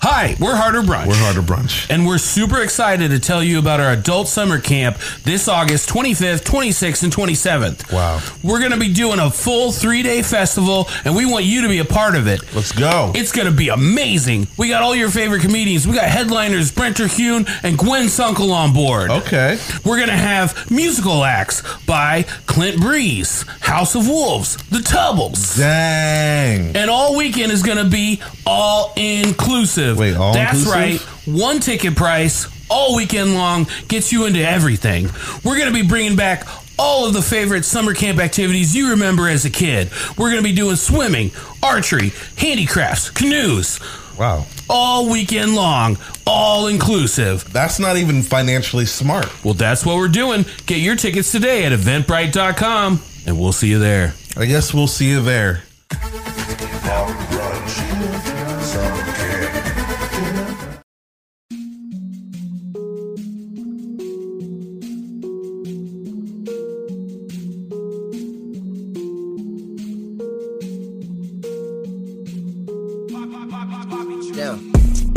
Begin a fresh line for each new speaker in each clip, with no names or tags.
Hi, we're Harder Brunch.
We're harder brunch.
And we're super excited to tell you about our adult summer camp this August 25th, 26th, and 27th.
Wow.
We're going to be doing a full three day festival, and we want you to be a part of it.
Let's go.
It's going to be amazing. We got all your favorite comedians. We got headliners Brenter Hune and Gwen Sunkel on board.
okay.
We're going to have musical acts by Clint Breeze, House of Wolves, The Tubbles.
Dang.
And all weekend is going to be all inclusive.
Wait, all
That's
inclusive?
right. One ticket price all weekend long gets you into everything. We're going to be bringing back all of the favorite summer camp activities you remember as a kid. We're going to be doing swimming, archery, handicrafts, canoes,
Wow.
all weekend long, all inclusive.
That's not even financially smart.
Well, that's what we're doing. Get your tickets today at eventbrite.com and we'll see you there.
I guess we'll see you there.
Hot brunch. Some kid.
Now,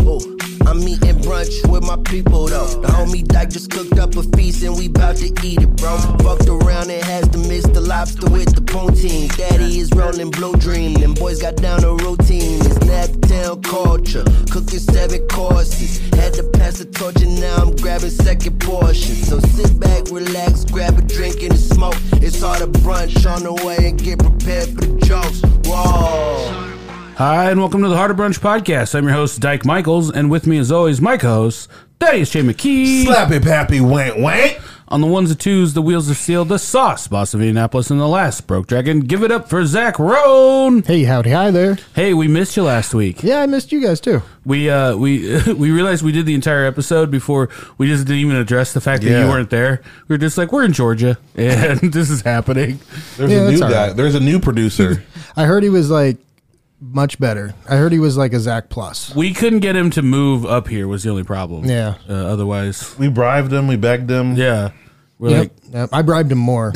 ooh, I'm eating brunch with my people though. The homie Dyke just cooked up a feast and we bout to eat it, bro. Fucked around and has to miss the lobster with the poutine. Daddy is rolling blue dream. Them boys got down a routine. It's naptown culture. Cooking seven courses. Had to pass the torch and now I'm grabbing second portion. So sit back, relax, grab a drink and a smoke. It's all the brunch on the way and get prepared for the jokes. Whoa.
Hi, and welcome to the Heart of Brunch podcast. I'm your host, Dyke Michaels, and with me, as always, my co host, Thaddeus J. McKee.
Slappy pappy wank wank.
On the ones and twos, the wheels of steel, the sauce, boss of Indianapolis, and the last broke dragon. Give it up for Zach Roan.
Hey, howdy, hi there.
Hey, we missed you last week.
Yeah, I missed you guys too.
We uh, we we realized we did the entire episode before we just didn't even address the fact that
Yeah.
you weren't there. We were just like, we're in Georgia, and this is happening.
There's
Yeah,
a new
that's
guy.
all right.
There's a new producer.
I heard he was like much better. I heard he was like a Zach Plus.
We couldn't get him to move up here was the only problem.
Yeah.
Uh, otherwise,
we bribed him. We begged him.
yeah. We're like,
Yep. yep. I bribed him more.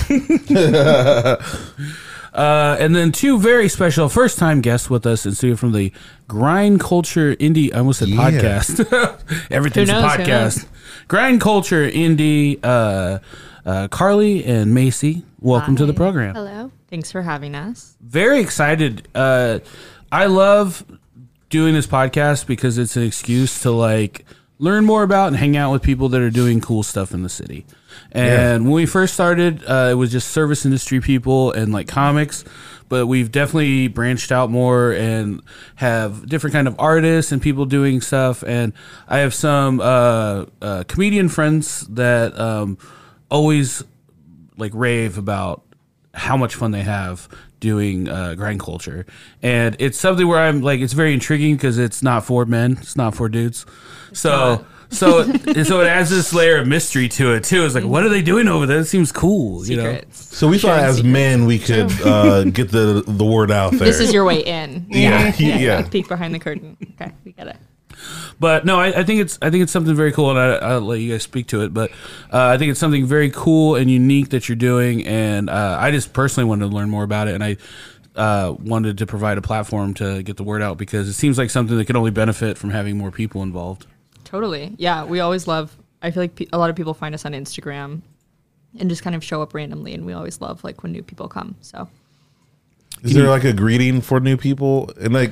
Uh, and then two very special first time guests with us in studio from the Grind Culture Indie. I almost said
Yeah.
podcast. Everything's
Who knows,
a
who
podcast.
knows?
Grind Culture Indie. Uh, uh, Carly and Macy, welcome to the program.
Hello. Thanks for having us.
Very excited. Uh, I love doing this podcast because it's an excuse to like learn more about and hang out with people that are doing cool stuff in the city. And when we first started, uh, it was just service industry people and like comics, but we've definitely branched out more and have different kind of artists and people doing stuff. And I have some uh, uh, comedian friends that um, always like rave about how much fun they have doing uh, grind culture, and it's something where I'm like, it's very intriguing because it's not for men, it's not for dudes, so. So, it- so it adds this layer of mystery to it too. It's like, what are they doing over there? It seems cool, you know.
Secrets.
So we thought as men we could uh, get the the word out there.
This is your way in.
Yeah, yeah.
Peek behind the curtain. Okay, we get it.
But no, I, I think it's I think it's something very cool, and I, I'll let you guys speak to it. But uh, I think it's something very cool and unique that you're doing, and uh, I just personally wanted to learn more about it, and I uh, wanted to provide a platform to get the word out because it seems like something that can only benefit from having more people involved.
Totally. Yeah, we always love. I feel like pe- a lot of people find us on Instagram and just kind of show up randomly, and we always love like when new people come. So
Is there like a greeting for new people? And like,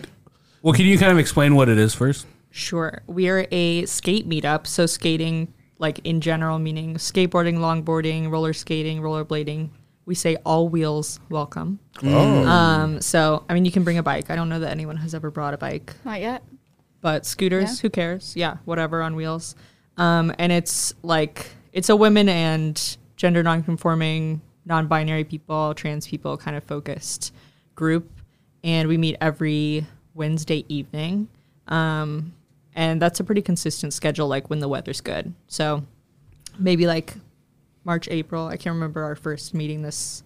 Well, can you kind of explain what it is first?
Sure. We are a skate meetup. So skating, like in general, meaning skateboarding, longboarding, roller skating, rollerblading. We say all wheels welcome.
Oh.
Um, so, I mean, you can bring a bike. I don't know that anyone has ever brought a bike,
Not yet.
but scooters, who cares? Yeah, whatever on wheels. Um, and it's like, it's a women and gender nonconforming, non binary people, trans people kind of focused group. And we meet every Wednesday evening and that's a pretty consistent schedule like when the weather's good so maybe like march april i can't remember our first meeting this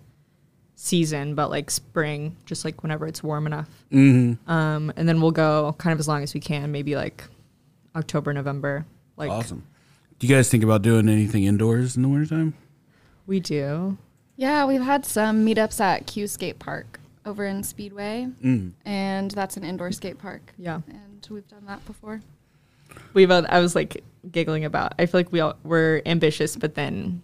season but like spring just like whenever it's warm enough mm-hmm. um, and then we'll go kind of as long as we can maybe like october november like
Awesome. Do you guys think about doing anything indoors in the wintertime?
we do
Yeah, we've had some meetups at Q Skate Park over
Mm.
in Speedway, and that's an indoor skate park.
Yeah.
and we've done that before.
we both i was like giggling about i feel like we all were ambitious but then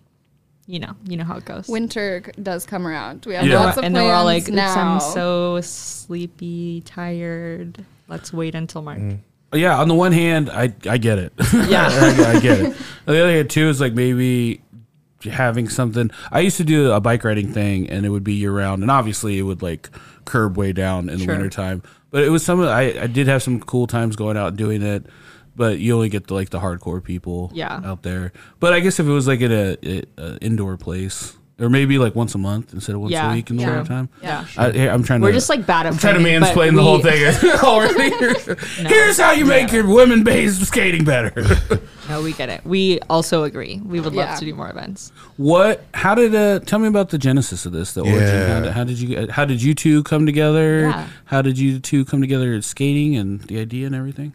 you know you know how it goes
Winter c- does come around. We have
Yeah.
lots of
and
plans
they were all like
now.
i'm so sleepy tired let's wait until march
Mm. yeah, on the one hand, I I get it.
yeah
I, I get it. On the other hand, too, is like maybe having something. I used to do a bike riding thing, and it would be year round, and obviously it would like curb way down in the
Sure.
wintertime. But it was some. of- I I did have some cool times going out and doing it. But you only get the, like the hardcore people
Yeah.
out there. But I guess if it was like at a, a, a indoor place, or maybe like once a month instead of once
Yeah,
a week in the
true.
wintertime.
yeah
I, here, I'm trying
we're
to.
just like bad at
I'm trying to
planning, but
mansplain the whole
we-
thing already. Here's how you make your women-based skating better.
no we get it we also agree we would
Yeah.
love to do more events
What? How did? Uh, tell me about the genesis of this. The origin.
Yeah.
How did, how did you? uh, How did you two come together?
Yeah.
How did you two come together at skating and the idea and everything?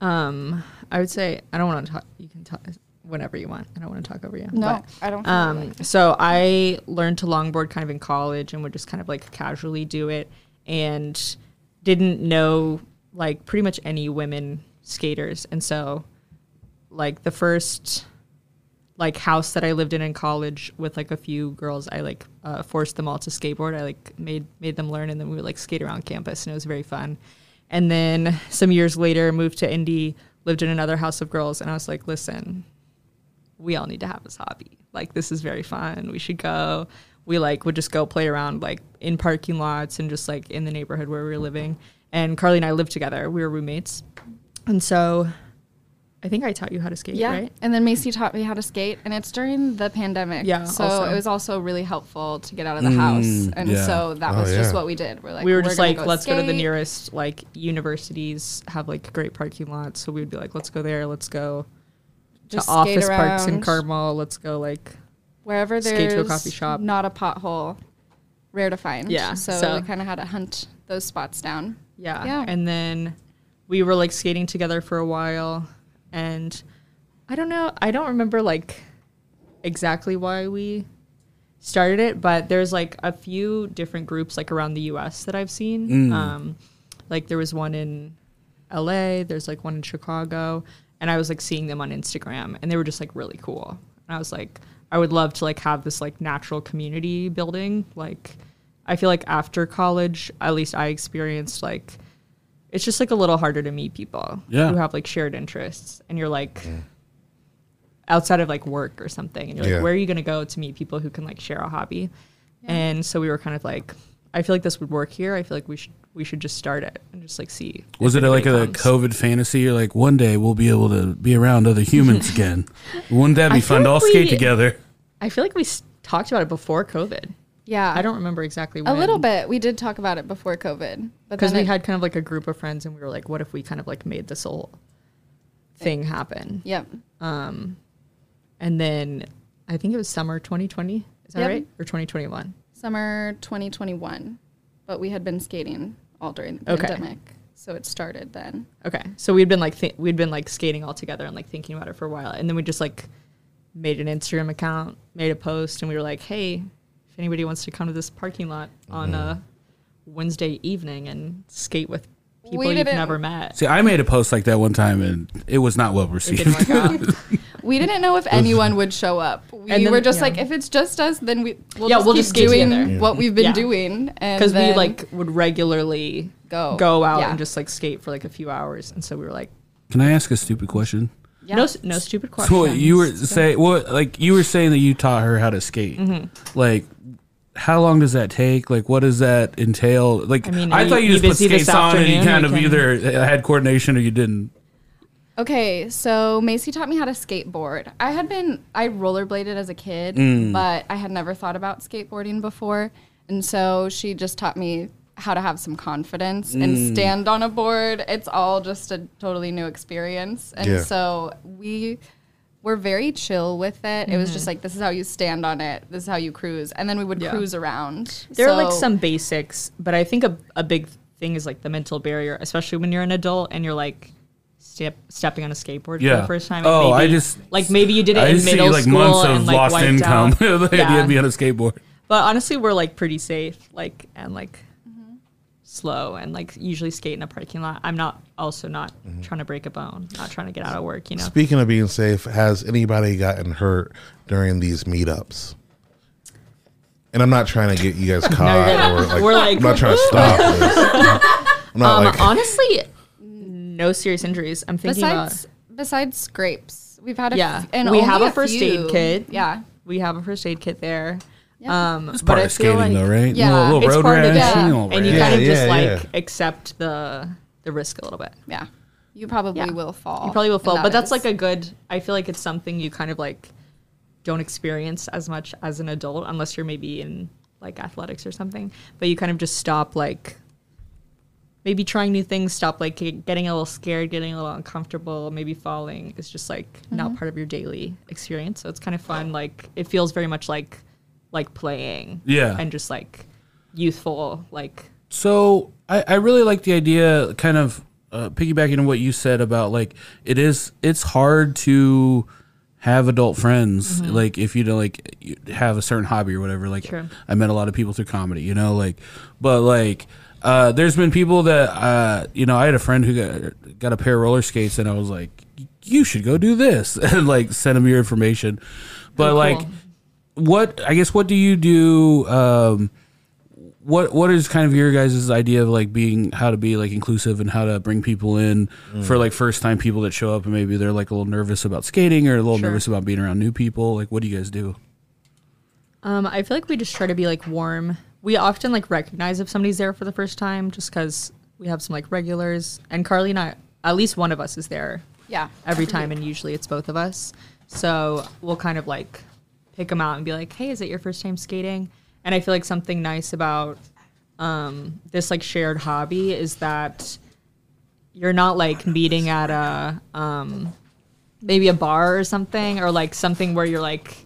um i would say i don't want to talk you can talk whenever you want i don't want to talk over you
No,
but-
I don't. feel
Um,
like-
so I learned to longboard kind of in college and would just kind of like casually do it and didn't know like pretty much any women skaters. And so like the first like house that I lived in in college with like a few girls, I like uh, forced them all to skateboard. I like made made them learn, and then we would like skate around campus, and it was very fun. And then some years later, moved to Indy, lived in another house of girls, and I was like, listen, we all need to have this hobby. Like this is very fun. We should go. We like would just go play around like in parking lots and just like in the neighborhood where we were living. And Carly and I lived together. We were roommates, and so I think I taught you how to skate,
yeah,
right?
and then Macy taught me how to skate, and it's during the pandemic.
Yeah,
so
also.
it was also really helpful to get out of the house, and
yeah.
so that
Oh,
was just
Mm, yeah.
what we did. We're like,
we were
"We're
just
gonna
like, let's go to the
skate."
nearest like universities have like great parking lots. So we would be like, let's go there. Let's go
Just
to
skate
office parks in
around.
Carmel. Let's go like
wherever
skate to a
there's
coffee shop.
not a pothole, rare to find.
Yeah,
so,
so-
we kind of had to hunt those spots down.
yeah.
Yeah.
And then we were like skating together for a while, and I don't know. I don't remember like exactly why we started it, but there's like a few different groups like around the U.S. that I've seen. Um, like there was one in L.A. There's like one in Chicago, and I was like seeing them on Instagram, and they were just like really cool. And I was like, I would love to like have this like natural community building. Like, I feel like after college, at least I experienced like it's just like a little harder to meet people
Yeah.
who have like shared interests, and you're like outside of like work or something and you're like
Yeah.
where are you going to go to meet people who can like share a hobby and so we were kind of like i feel like this would work here i feel like we should we should just start it and just like see if
Was it uh, like a
anybody comes.
COVID fantasy? You're like, one day we'll be able to be around other humans again. Wouldn't that be
I
fun
feel
to all
like
skate
we-
together?
i feel like we s- talked about it before covid
Yeah,
i don't remember exactly
a
when
little bit. We did talk about it before COVID, but
because
then
we
it-
had kind of like a group of friends and we were like what if we kind of like made this whole thing happen
Yep.
and then i think it was summer 2020 is that
Yep.
right or 2021
Summer 2021. But we had been skating all during the
Okay.
pandemic. So it started then.
Okay, so we'd been like th- we'd been like skating all together and like thinking about it for a while, and then we just like made an Instagram account, made a post, and we were like, "Hey, if anybody wants to come to this parking lot on
Mm-hmm.
a Wednesday evening and skate with people
We
you've
didn't-
never met,"
See, I made a post like that one time, and it was not well
it
received.
didn't work out.
We didn't know if anyone would show up. We
And then-
were just
yeah.
like, if it's just us, then we, we'll
Yeah,
just
we'll
keep
just skate
doing
together. Yeah.
what we've been
Yeah.
doing.
because we like would regularly
Go.
go out
Yeah.
and just like skate for like a few hours, and so we were like,
Can I ask a stupid question?
"No, s- no stupid questions."
So what you were say what like you were saying that you taught her how to skate.
Mm-hmm.
Like how long does that take? Like what does that entail? Like I,
I mean, are
thought
you-
you just
you
put
busy this
skates on and you
afternoon?
kind
I
of
can-
either uh, had coordination or you didn't.
Okay, so Macy taught me how to skateboard. I had been I rollerbladed as a kid, but I had never thought about skateboarding before. And so she just taught me how to have some confidence and stand on a board. It's all just a totally new experience. And
Yeah.
so we were very chill with it. It was just like this is how you stand on it. This is how you cruise. And then we would
Mm-hmm. Yeah.
cruise around.
There are like
So-
some basics, but I think a, a big thing is like the mental barrier, especially when you're an adult and you're like step stepping on a skateboard for
Yeah.
the first time.
Oh,
and
I
maybe,
just-
like maybe you did it
I
in
just see
middle
like
school
months
and
of
like
lost
wiped
income.
out.
the idea
Yeah.
of being on a skateboard.
Mm-hmm.
But honestly, we're like pretty safe, like and like slow and like usually skate in a parking lot. I'm not also not
Mm-hmm.
trying to break a bone, not trying to get out of work, you know.
Speaking of being safe, has anybody gotten hurt during these meetups? And I'm not trying to get you guys caught or like,
We're like-
I'm not trying to stop this. I'm not
Um,
like
honestly, no serious injuries. I'm thinking about
Mm. Besides, besides scrapes, we've had a
Yeah,
f- and
we
only
have a first aid
few.
kit.
Yeah,
we have a first aid kit there.
Yeah.
Um,
It's part
but I
of skating,
feel like,
though, right?
Yeah.
a little,
It's
road
part of
rash,
it.
you know,
And you
rash.
kind of
Yeah,
just
yeah,
like
yeah.
accept the the risk a little bit.
yeah. You probably
Yeah.
will fall.
You probably will
and
fall,
that
but that's
is-
like a good. I feel like it's something you kind of like don't experience as much as an adult, unless you're maybe in like athletics or something. But you kind of just stop like maybe trying new things, stop like ge- getting a little scared, getting a little uncomfortable, maybe falling is just like
Mm-hmm.
not part of your daily experience. So it's kind of fun. Like it feels very much like like playing,
Yeah.
and just like youthful, like
So I, I really like the idea, kind of uh, piggybacking on what you said about like it is it's hard to have adult friends like if you don't like you have a certain hobby or whatever. Like
Sure.
I met a lot of people through comedy, you know, like but like. Uh, there's been people that uh, you know. I had a friend who got, got a pair of roller skates, and I was like, "You should go do this," and like send them your information. But like,
cool.
what I guess what do you do? Um, what what is kind of your guys' idea of like being how to be like inclusive and how to bring people in for like first time people that show up and maybe they're like a little nervous about skating or a little
Sure.
nervous about being around new people? Like, what do you guys do?
Um, I feel like we just try to be like warm. We often like recognize if somebody's there for the first time just because we have some like regulars. And Carly and I, at least one of us is there
yeah.
every time, and usually it's both of us. So we'll kind of like pick them out and be like, hey, is it your first time skating? And I feel like something nice about um, this like shared hobby is that you're not like meeting at a um, maybe a bar or something or like something where you're like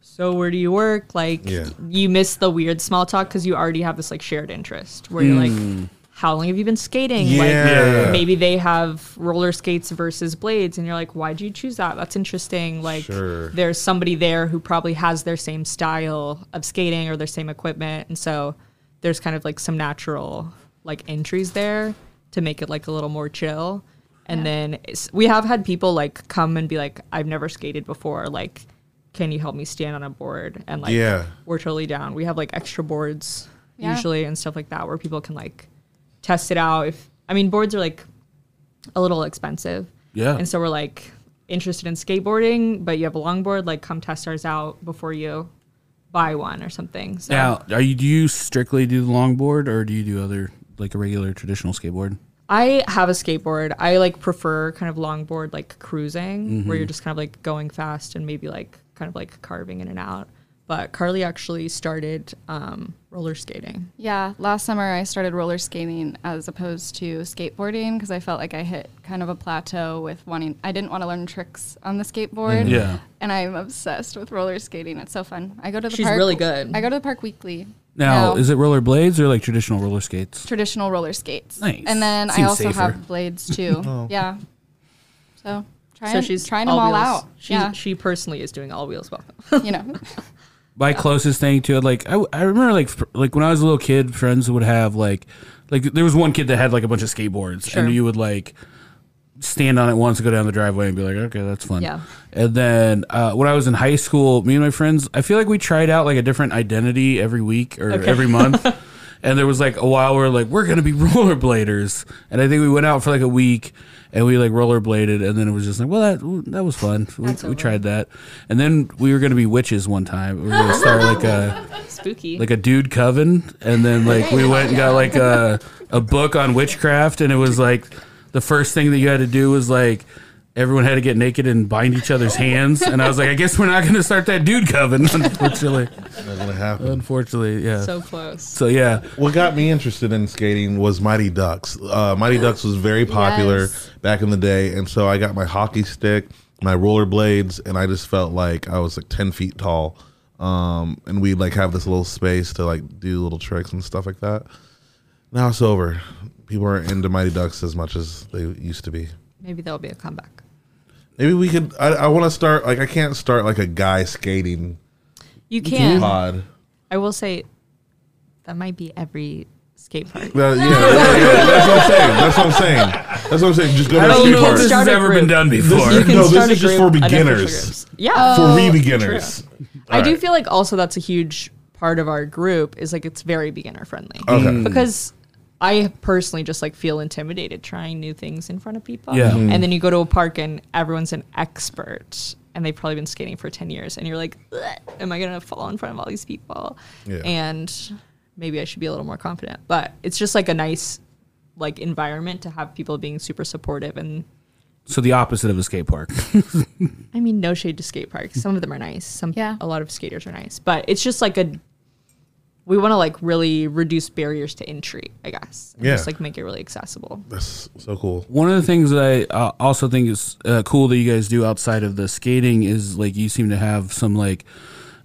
so where do you work like
Yeah.
you miss the weird small talk because you already have this like shared interest where you're like how long have you been skating
Mm. Yeah.
like maybe they have roller skates versus blades and you're like why'd you choose that that's interesting like
Sure.
there's somebody there who probably has their same style of skating or their same equipment and so there's kind of like some natural like entries there to make it like a little more chill and then it's- we have had people like come and be like i've never skated before like can you help me stand on a board and like
Yeah.
we're totally down we have like extra boards
Yeah.
usually and stuff like that where people can like test it out if i mean boards are like a little expensive
Yeah.
and so we're like interested in skateboarding but you have a longboard like come test ours out before you buy one or something so
Now, are you do you strictly do the longboard or do you do other like a regular traditional skateboard?
I have a skateboard. I like prefer kind of longboard like cruising where you're just kind of like going fast and maybe like kind of like carving in and out. But Carly actually started um, roller skating.
Yeah, last summer I started roller skating as opposed to skateboarding because I felt like I hit kind of a plateau with wanting. I didn't want to learn tricks on the skateboard.
Yeah.
and I'm obsessed with roller skating. It's so fun. I go to the
She's
park.
really good.
I go to the park weekly.
Now, is it roller blades or like traditional roller skates?
traditional roller skates?
Nice.
And then I
Seems
also
safer.
have blades too. Yeah. So trying,
So she's
trying them all
all-wheels.
out.
She
yeah,
she personally is doing all wheels well.
you know.
My closest thing to it, like I, I remember like fr- like when I was a little kid, friends would have like like there was one kid that had like a bunch of skateboards,
Sure.
and you would like stand on it once and go down the driveway and be like, okay, that's fun.
Yeah.
And then uh, when I was in high school, me and my friends, I feel like we tried out like a different identity every week or every month. and there was like a while where like we're gonna be rollerbladers, and I think we went out for like a week and we like rollerbladed, and then it was just like, well, that that was fun. We, we
over.
tried that, and then we were gonna be witches one time. We were gonna start like a
Spooky.
like a dude coven, and then like we went and got like a a book on witchcraft, and it was like the first thing that you had to do was like everyone had to get naked and bind each other's hands, and I was like, I guess we're not going to start that dude coven, unfortunately.
it's not gonna happen.
unfortunately, yeah. So,
so close.
yeah,
What got me interested in skating was Mighty Ducks. Uh, Mighty Ducks was very popular
Yes.
back in the day, and so I got my hockey stick, my roller blades, and I just felt like I was like ten feet tall. Um, and we like have this little space to like do little tricks and stuff like that. Now it's over. People aren't into Mighty Ducks as much as they used to be.
Maybe that'll be a comeback.
Maybe we could. I, I want to start. Like I can't start like a guy skating
You can.
pod.
I will say that might be every skate park.
Uh, yeah, yeah, yeah, that's what I'm saying. That's what I'm saying. That's what I'm saying. Just go
I
to a
don't
skate
know
park.
if this has
Start a
ever
group.
been done before.
You can- No, this
start
is
a
just
group,
for
unofficial
beginners.
groups. Yeah.
for re beginners.
I do feel like also that's a huge part of our group is like it's very beginner friendly.
Okay.
Because I personally just like feel intimidated trying new things in front of people.
Yeah. Mhm.
And then you go to a park and everyone's an expert and they've probably been skating for 10 years and you're like, "Ugh, am I going to fall in front of all these people?
Yeah.
And maybe I should be a little more confident. But it's just like a nice like environment to have people being super supportive and
so the opposite of a skate park.
I mean, no shade to skate parks. Some of them are nice. Some,
Yeah.
a lot of skaters are nice, but it's just like a. We want to like really reduce barriers to entry, I guess. and
Yeah.
Just like make it really accessible.
That's so cool.
One of the things that I uh, also think is uh, cool that you guys do outside of the skating is like you seem to have some like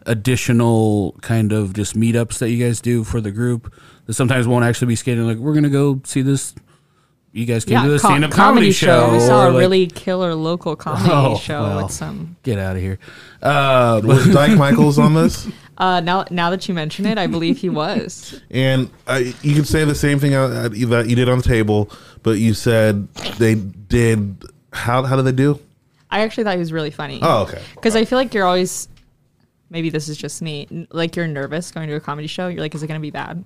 additional kind of just meetups that you guys do for the group that sometimes won't actually be skating. Like we're gonna go see this. You guys came to this
co-
stand up comedy, show.
We saw
or,
a
like-
really killer local comedy
Oh,
show
well.
with some.
get out of here. Uh,
Was Dyke Michaels on this?
Uh, now, now that you mention it, I believe he was.
And I, you could say the same thing uh, uh, that you did on the table, but you said they did. How how did they do?
I actually thought he was really funny.
Oh, okay.
Because I feel like you're always, maybe this is just me, n- like you're nervous going to a comedy show. You're like, is it going to be bad?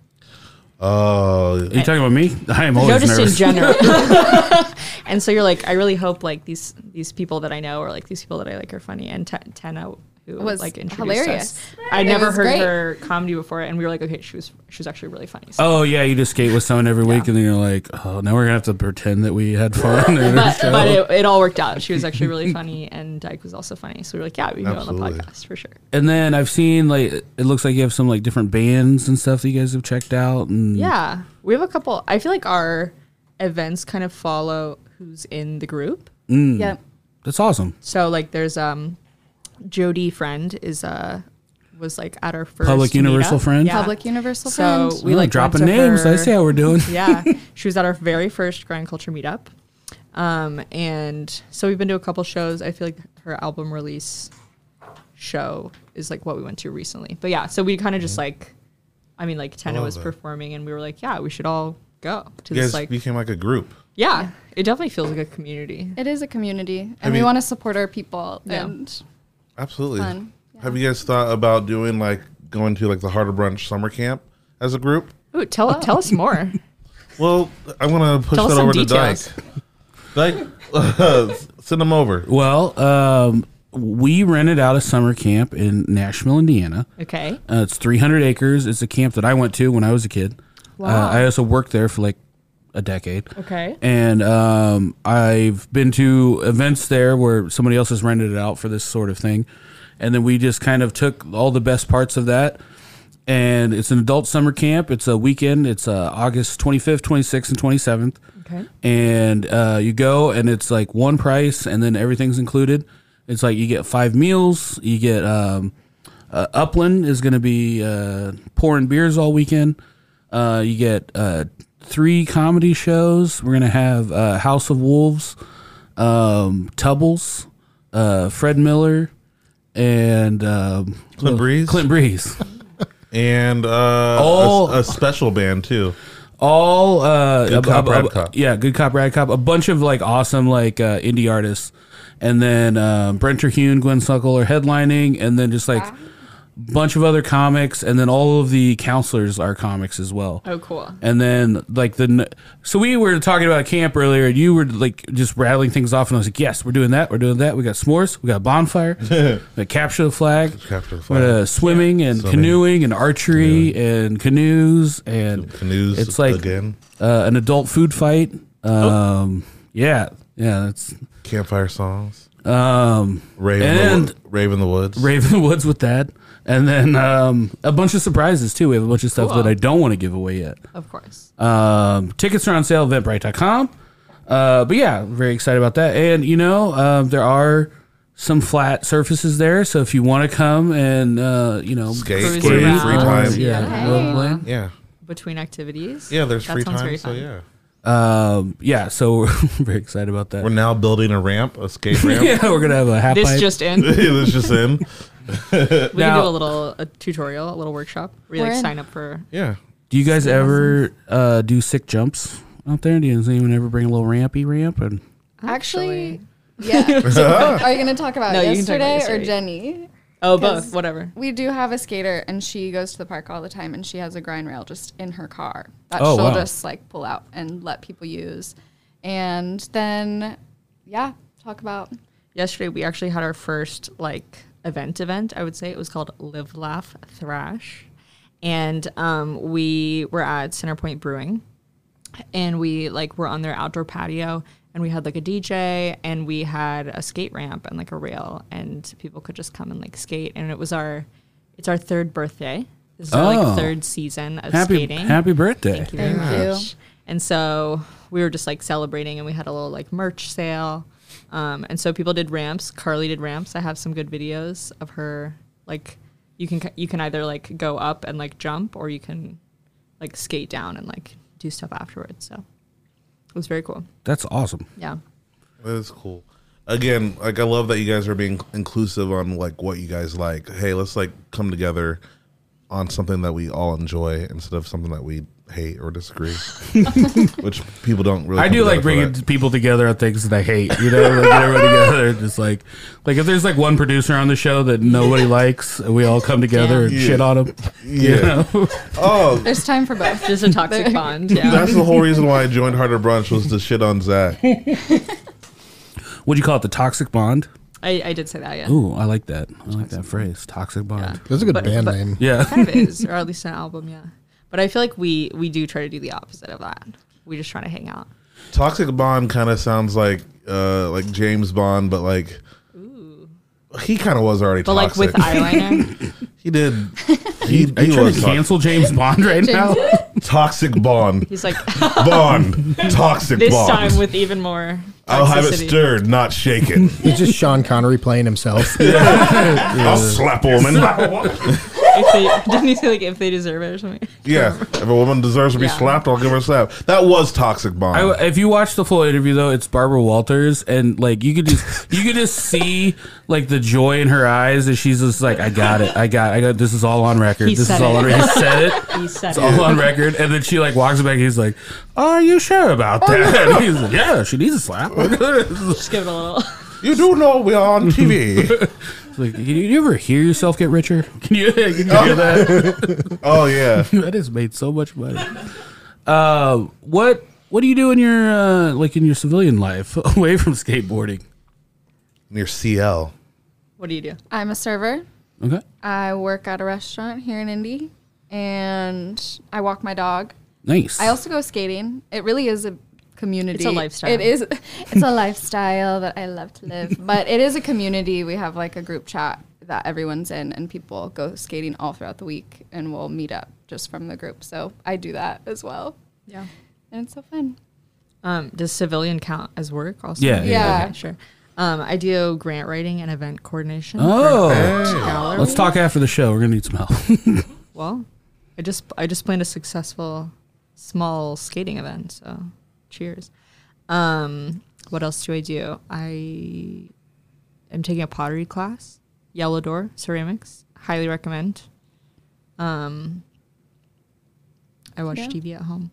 Oh,
Are you talking about me? I am
no,
always
just in
nervous.
general. and so you're like, I really hope like these these people that I know or like these people that I like are funny. And T- Tana, who
Was
like introduced
hilarious.
us, I
It
never
was
heard
great.
her comedy before, and we were like, okay, she was she was actually really funny. So.
Oh yeah, you just skate with someone every week, and then you're like, oh, now we're gonna have to pretend that we had fun. during the
But,
show.
but it, it all worked out. She was actually really funny, and Dyke was also funny. So we were like, yeah, we can go on
Absolutely.
the podcast for sure.
and then I've seen like it looks like you have some like different bands and stuff that you guys have checked out. And
Yeah, we have a couple. I feel like our events kind of follow who's in the group.
Hmm.
Yep.
that's awesome.
So like there's um Jody Friend is uh was like at our first
Public Universal
meetup.
Friend?
Public Universal
So
Friend.
we
Oh,
like
dropping
went to
names. I
her-
see how we're doing.
yeah, she was at our very first grind culture meetup, um, and so we've been to a couple shows. I feel like her album release show is like what we went to recently. But yeah, so we kind of just like, I mean, like Tana
love
was
that.
performing, and we were like, yeah, we should all go to
you
this
guys
like, yeah,
became like a group.
it definitely feels like a community.
It is a community,
Have
and we
you-
want to support our people.
Yeah.
And
Absolutely.
Fun.
Have you guys thought about doing like going to like the Harder Brunch summer camp as a group?
Ooh, tell tell us more.
Well, I want to push
Tell us
that
some
over
details.
to Dyke. Dyke, send them over.
Well, um, we rented out a summer camp in Nashville, Indiana.
Okay.
Uh, it's 300 acres. It's a camp that I went to when I was a kid.
Wow.
Uh, I also worked there for like a decade.
Okay.
And um, I've been to events there where somebody else has rented it out for this sort of thing. And then we just kind of took all the best parts of that. And it's an adult summer camp. It's a weekend. It's uh, August 25th, 26th, and 27th.
Okay.
And uh, you go, and it's like one price, and then everything's included. It's like you get five meals. You get um, uh, Upland is going to be uh, pouring beers all weekend. Uh, you get uh, three comedy shows. We're going to have uh, House of Wolves, um, Tubbles, uh, Fred Miller, and um,
Clint Breeze?
Clint Breeze.
and uh, a-
Oh.
a, special band too.
all uh
Good
a-
cop,
a-
bad
a-
cop.
yeah good cop rad cop a bunch of like awesome like uh indie artists and then um brent terhune gwen suckle are headlining and then just like bunch of other comics and then all of the counselors are comics as well
Oh, cool.
and then like the n- so we were talking about camp earlier and you were like just rattling things off and i was like yes we're doing that we're doing that we got smores we got bonfire we got capture the flag
Capture the
we're gonna swimming and
Swimming.
canoeing and archery and canoes and
Canoes
it's like
again.
uh, an adult food fight
Oh.
um yeah yeah that's
Campfire songs.
um
Rave in
and
the, wo- Rave in the woods.
Raven the Woods with that. And then um, a bunch of surprises too. We have a bunch of stuff
Cool.
that I don't want to give away yet.
Of course.
Um, tickets are on sale at eventbrite.com. Uh, but yeah, very excited about that. And you know, um, there are some flat surfaces there, so if you want to come and uh, you know,
Skate,
Cruise
skate,
around.
free
uh,
time. Yeah.
yeah,
Yeah.
rollerblade.
yeah,
Between activities.
There's
That
free
sounds
time.
very
So
fun.
yeah,
Um, yeah, so we're very excited about that.
we're now building a ramp, a skate ramp.
yeah, we're gonna have a half
This
pipe.
just in.
This just in.
We
Now-
can do a little a tutorial, a little workshop. where you
We're
like
in.
sign up for.
Yeah.
Do Do you guys ever uh, do sick jumps out there? Do you does anyone ever bring a little rampy ramp? And
Actually, yeah. Are you going to talk about
No, you can talk about
yesterday or
yesterday.
Jenny?
Oh, both.
'Cause-
Whatever.
We do have a skater, and she goes to the park all the time, and she has a grind rail just in her car that
Oh,
she'll
wow.
just like pull out and let people use. And then, yeah, talk about
Yesterday we actually had our first like event event. I would say it was called Live Laugh Thrash, and um, we were at Centerpoint Brewing, and we like were on their outdoor patio, and we had like a DJ, and we had a skate ramp and like a rail, and people could just come and like skate, and it was our, it's our third birthday. This is our
Oh.
like third season of
happy
skating.
happy birthday!
Thank you very
Thank you.
much. And so we were just like celebrating, and we had a little like merch sale. Um, and so people did ramps. Carly did ramps. I have some good videos of her. Like you can you can either like go up and like jump, or you can like skate down and like do stuff afterwards. So it was very cool.
That's awesome.
Yeah.
That is cool. Again, like I love that you guys are being inclusive on like what you guys like. Hey, let's like come together on something that we all enjoy instead of something that we hate or disagree, which people don't really.
I
come
do like
together for
bringing
that.
people together on things that I hate. You know, like get everybody together. and Just like, like if there's like one producer on the show that nobody likes, and we all come together and shit on him.
Yeah. Oh,
there's time for both.
Just a toxic bond. Yeah.
that's the whole reason why I joined Harder Brunch was to shit on Zach.
Would you call it the toxic bond?
I, I did say that. Yeah.
Ooh, I like that. I like that phrase, toxic bond.
That's a good
But-
band
but-
name.
Yeah.
Kind of is, or at least an album. Yeah. But I feel like we we do try to do the opposite of that. We just try to hang out.
Toxic Bond kind of sounds like uh like James Bond, but like. He kind of was already
But
toxic.
like with eyeliner.
he did. He,
Are
he
you trying
was
to
to
cancel James Bond right now?
toxic Bond.
He's like,
Bond. Toxic
this
Bond.
time with even more.
I'll have it
toxicity.
stirred, not shaken.
It's just Sean Connery playing himself.
I'll slap a woman.
If they, didn't he say like if they deserve it or something?
yeah, if a woman deserves to be
Yeah.
slapped, I'll give her a slap. That was Toxic Bond.
I, if you watch the full interview though, it's Barbara Walters, and like you could just you could just see like the joy in her eyes as she's just like, I got it, I got, I got. This is all on record.
He
this is
said
all
it.
on record. He said it.
He said
It's all on record, and then she like walks back. He's like, "Are you sure
Oh,
about that?" And he's like, "Yeah, she needs a slap." It's
Just give it a little.
you do know we are on TV.
like, can you, you ever hear yourself get richer? Can you, can you hear that?
oh yeah.
that has made so much money. Uh, what what do you do in your uh, like in your civilian life away from skateboarding?
Near CL.
What do you do?
I'm a server.
Okay.
I work at a restaurant here in Indy, and I walk my dog.
Nice.
I also go skating. It really is a community.
It's a lifestyle.
It is. It's a lifestyle that I love to live. But it is a community. We have like a group chat that everyone's in, and people go skating all throughout the week, and we'll meet up just from the group. So I do that as well,
Yeah.
and it's so fun.
Um, does civilian count as work also?
Yeah, yeah,
Yeah. yeah.
Okay, sure. Um, I do grant writing and event coordination. for an
Oh.
art gallery.
Let's talk after the show. We're gonna need some help.
Well, I just I just planned a successful small skating event. So, cheers. Um, what else do I do? I am taking a pottery class, Yellow Door ceramics. Highly recommend. Um, I watch
Yeah.
TV at home.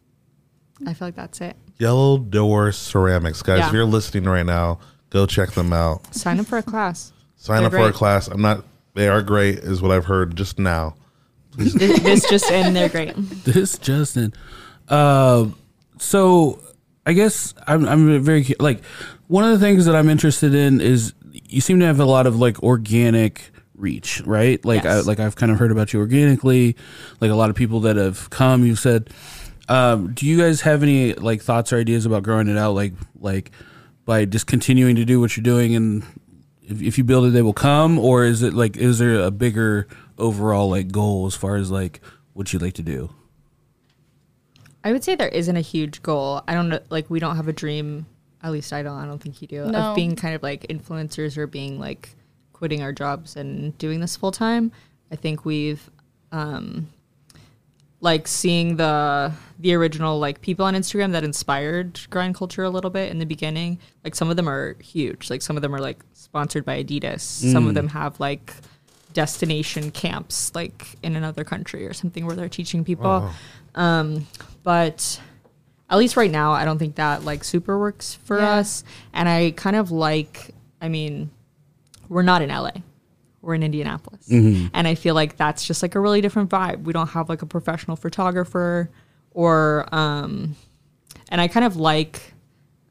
I feel like that's it.
Yellow Door Ceramics, guys.
Yeah.
If you're listening right now, go check them out.
Sign up for a class.
Sign
They're
up for a
great.
class. I'm not. They are great, is what I've heard just now.
this, this just in, they're great.
this Justin. Uh, so I guess I'm I'm very cu- like one of the things that I'm interested in is you seem to have a lot of like organic reach, right? Like I
Yes.
like I've kind of heard about you organically, like a lot of people that have come. You've said, um, do you guys have any like thoughts or ideas about growing it out? Like like by just continuing to do what you're doing and. If, if you build it, they will come, or is it like is there a bigger overall like goal as far as like what you'd like to do?
I would say there isn't a huge goal. I don't know, like we don't have a dream. At least I don't. I don't think you do.
No.
Of being kind of like influencers or being like quitting our jobs and doing this full time. I think we've um, like seeing the the original like people on Instagram that inspired grind culture a little bit in the beginning. Like some of them are huge. Like some of them are like sponsored by Adidas. Some of them have like destination camps like in another country or something where they're teaching people. Um, but at least right now, I don't think that like super works for
Yeah.
us. And I kind of like, I mean, we're not in LA. We're in Indianapolis. And I feel like that's just like a really different vibe. We don't have like a professional photographer or um and I kind of like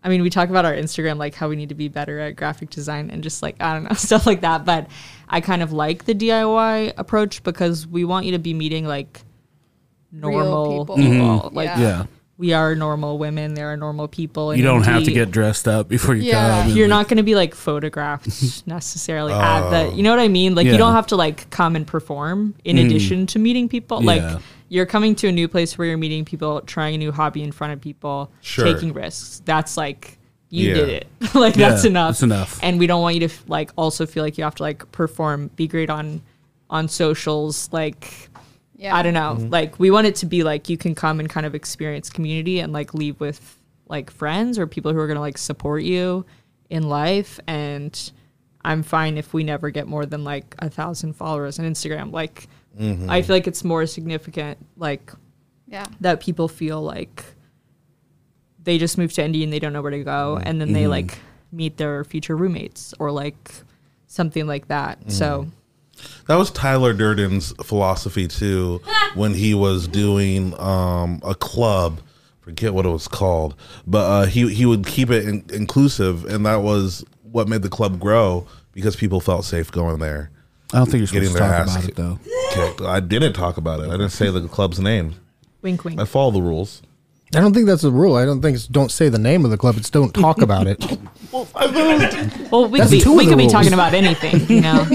I mean, we talk about our Instagram like how we need to be better at graphic design and just like I don't know, stuff like that, but I kind of like the DIY approach because we want you to be meeting like normal people.
people.
Like
Yeah.
yeah.
we are normal women, there are normal people. and
You don't have to
we-
get dressed up before you
Yeah.
come. and,
you're
like,
not going to be like photographed necessarily at the you know what i mean
Oh.
like
Yeah. Mm.
you don't have to like come and perform in addition to meeting people
Yeah.
like you're coming to a new place where you're meeting people trying a new hobby in front of people
Sure.
taking risks that's like you
Yeah.
did it like
Yeah,
that's enough
that's enough.
and we don't want you to like also feel like you have to like perform be great on on socials like
Yeah.
I don't know. Like we want it to be like you can come and kind of experience community and like leave with like friends or people who are going to like support you in life and I'm fine if we never get more than like a thousand followers on Instagram. Like I feel like it's more significant like
Yeah.
that people feel like they just moved to Indy and they don't know where to go, and then they like meet their future roommates or like something like that. So
That was Tyler Durden's philosophy too when he was doing um, a club. Forget what it was called, but uh, he he would keep it in- inclusive, and that was what made the club grow because people felt safe going there.
I don't think you're supposed to
Getting their
talk
ass
about it
kicked.
though.
Okay, I didn't talk about it. I didn't say the club's name.
wink wink.
I follow the rules.
I don't think that's a rule. I don't think it's don't say the name of the club. It's don't talk about it.
Well, we could
That's
be,
two of
we
the
could be
rules.
talking about anything, you know,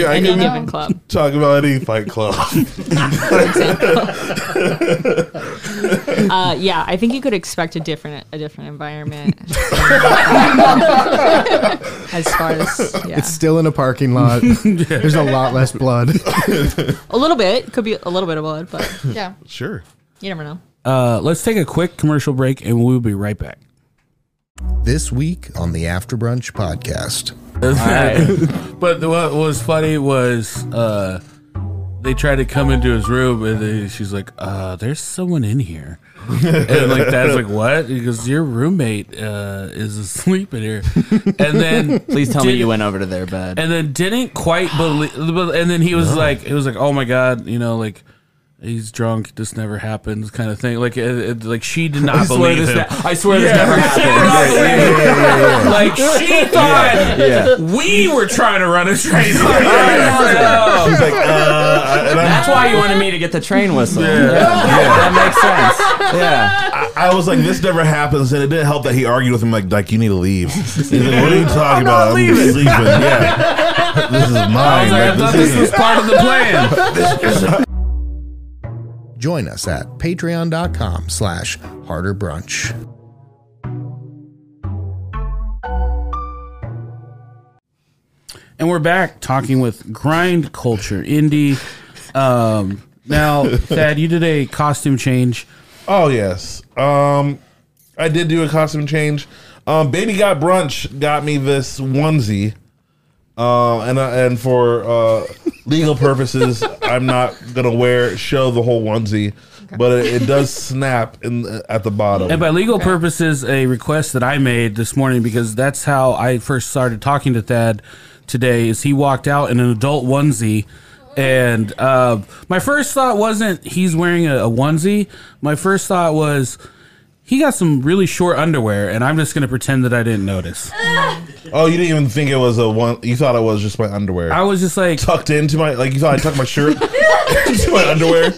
Yeah, I
any
can-
given club.
Talk about any fight club.
Uh, yeah, I think you could expect a different a different environment as far as yeah,
It's still in a parking lot. There's a lot less blood.
a little bit could be a little bit of blood, but
Yeah.
sure.
you never know.
Uh, let's take a quick commercial break and we'll be right back.
This week on the After Brunch podcast.
but the- what was funny was uh, they tried to come into his room and they, she's like, uh, "There's someone in here," and like Dad's like, "What?" He goes, "Your roommate uh, is asleep in here," and then
Please tell me
did-
you went over to their bed.
and then didn't quite believe. And then he was like, "It was like, oh my god, you know, like." He's drunk. This never happens, kind of thing. Like, it, it- like she did not believe him.
I swear this never
Yeah, yeah, yeah. Like she thought we were trying to run a train. Like, oh.
She's like, uh, and I'm-
That's why you wanted me to get the train whistle. Yeah. That makes sense. Yeah.
I was like, this never happens, and it didn't help that he argued with him like, like you need to leave. He's like, what are you talking about? I'm sleeping. Yeah, this is mine.
I was like, I
Like,
thought
this
this was part of the plan.
Join us at patreon.com slash harder brunch.
And we're back talking with grind culture indie. Um, now, Thad, you did a costume change.
Oh yes. Um, I did do a costume change. Um, Baby got brunch. Got me this onesie. Uh, and uh, and for uh, legal purposes, I'm not gonna wear show the whole onesie, but it, it does snap in the, at the bottom.
And by legal purposes, a request that I made this morning because that's how I first started talking to Thad today. Is he walked out in an adult onesie, and uh, my first thought wasn't he's wearing a, a onesie. My first thought was he got some really short underwear, and I'm just going to pretend that I didn't notice.
Oh, you didn't even think it was a one. You thought it was just my underwear.
I was just like,
tucked into my like you thought I tucked my shirt into my underwear.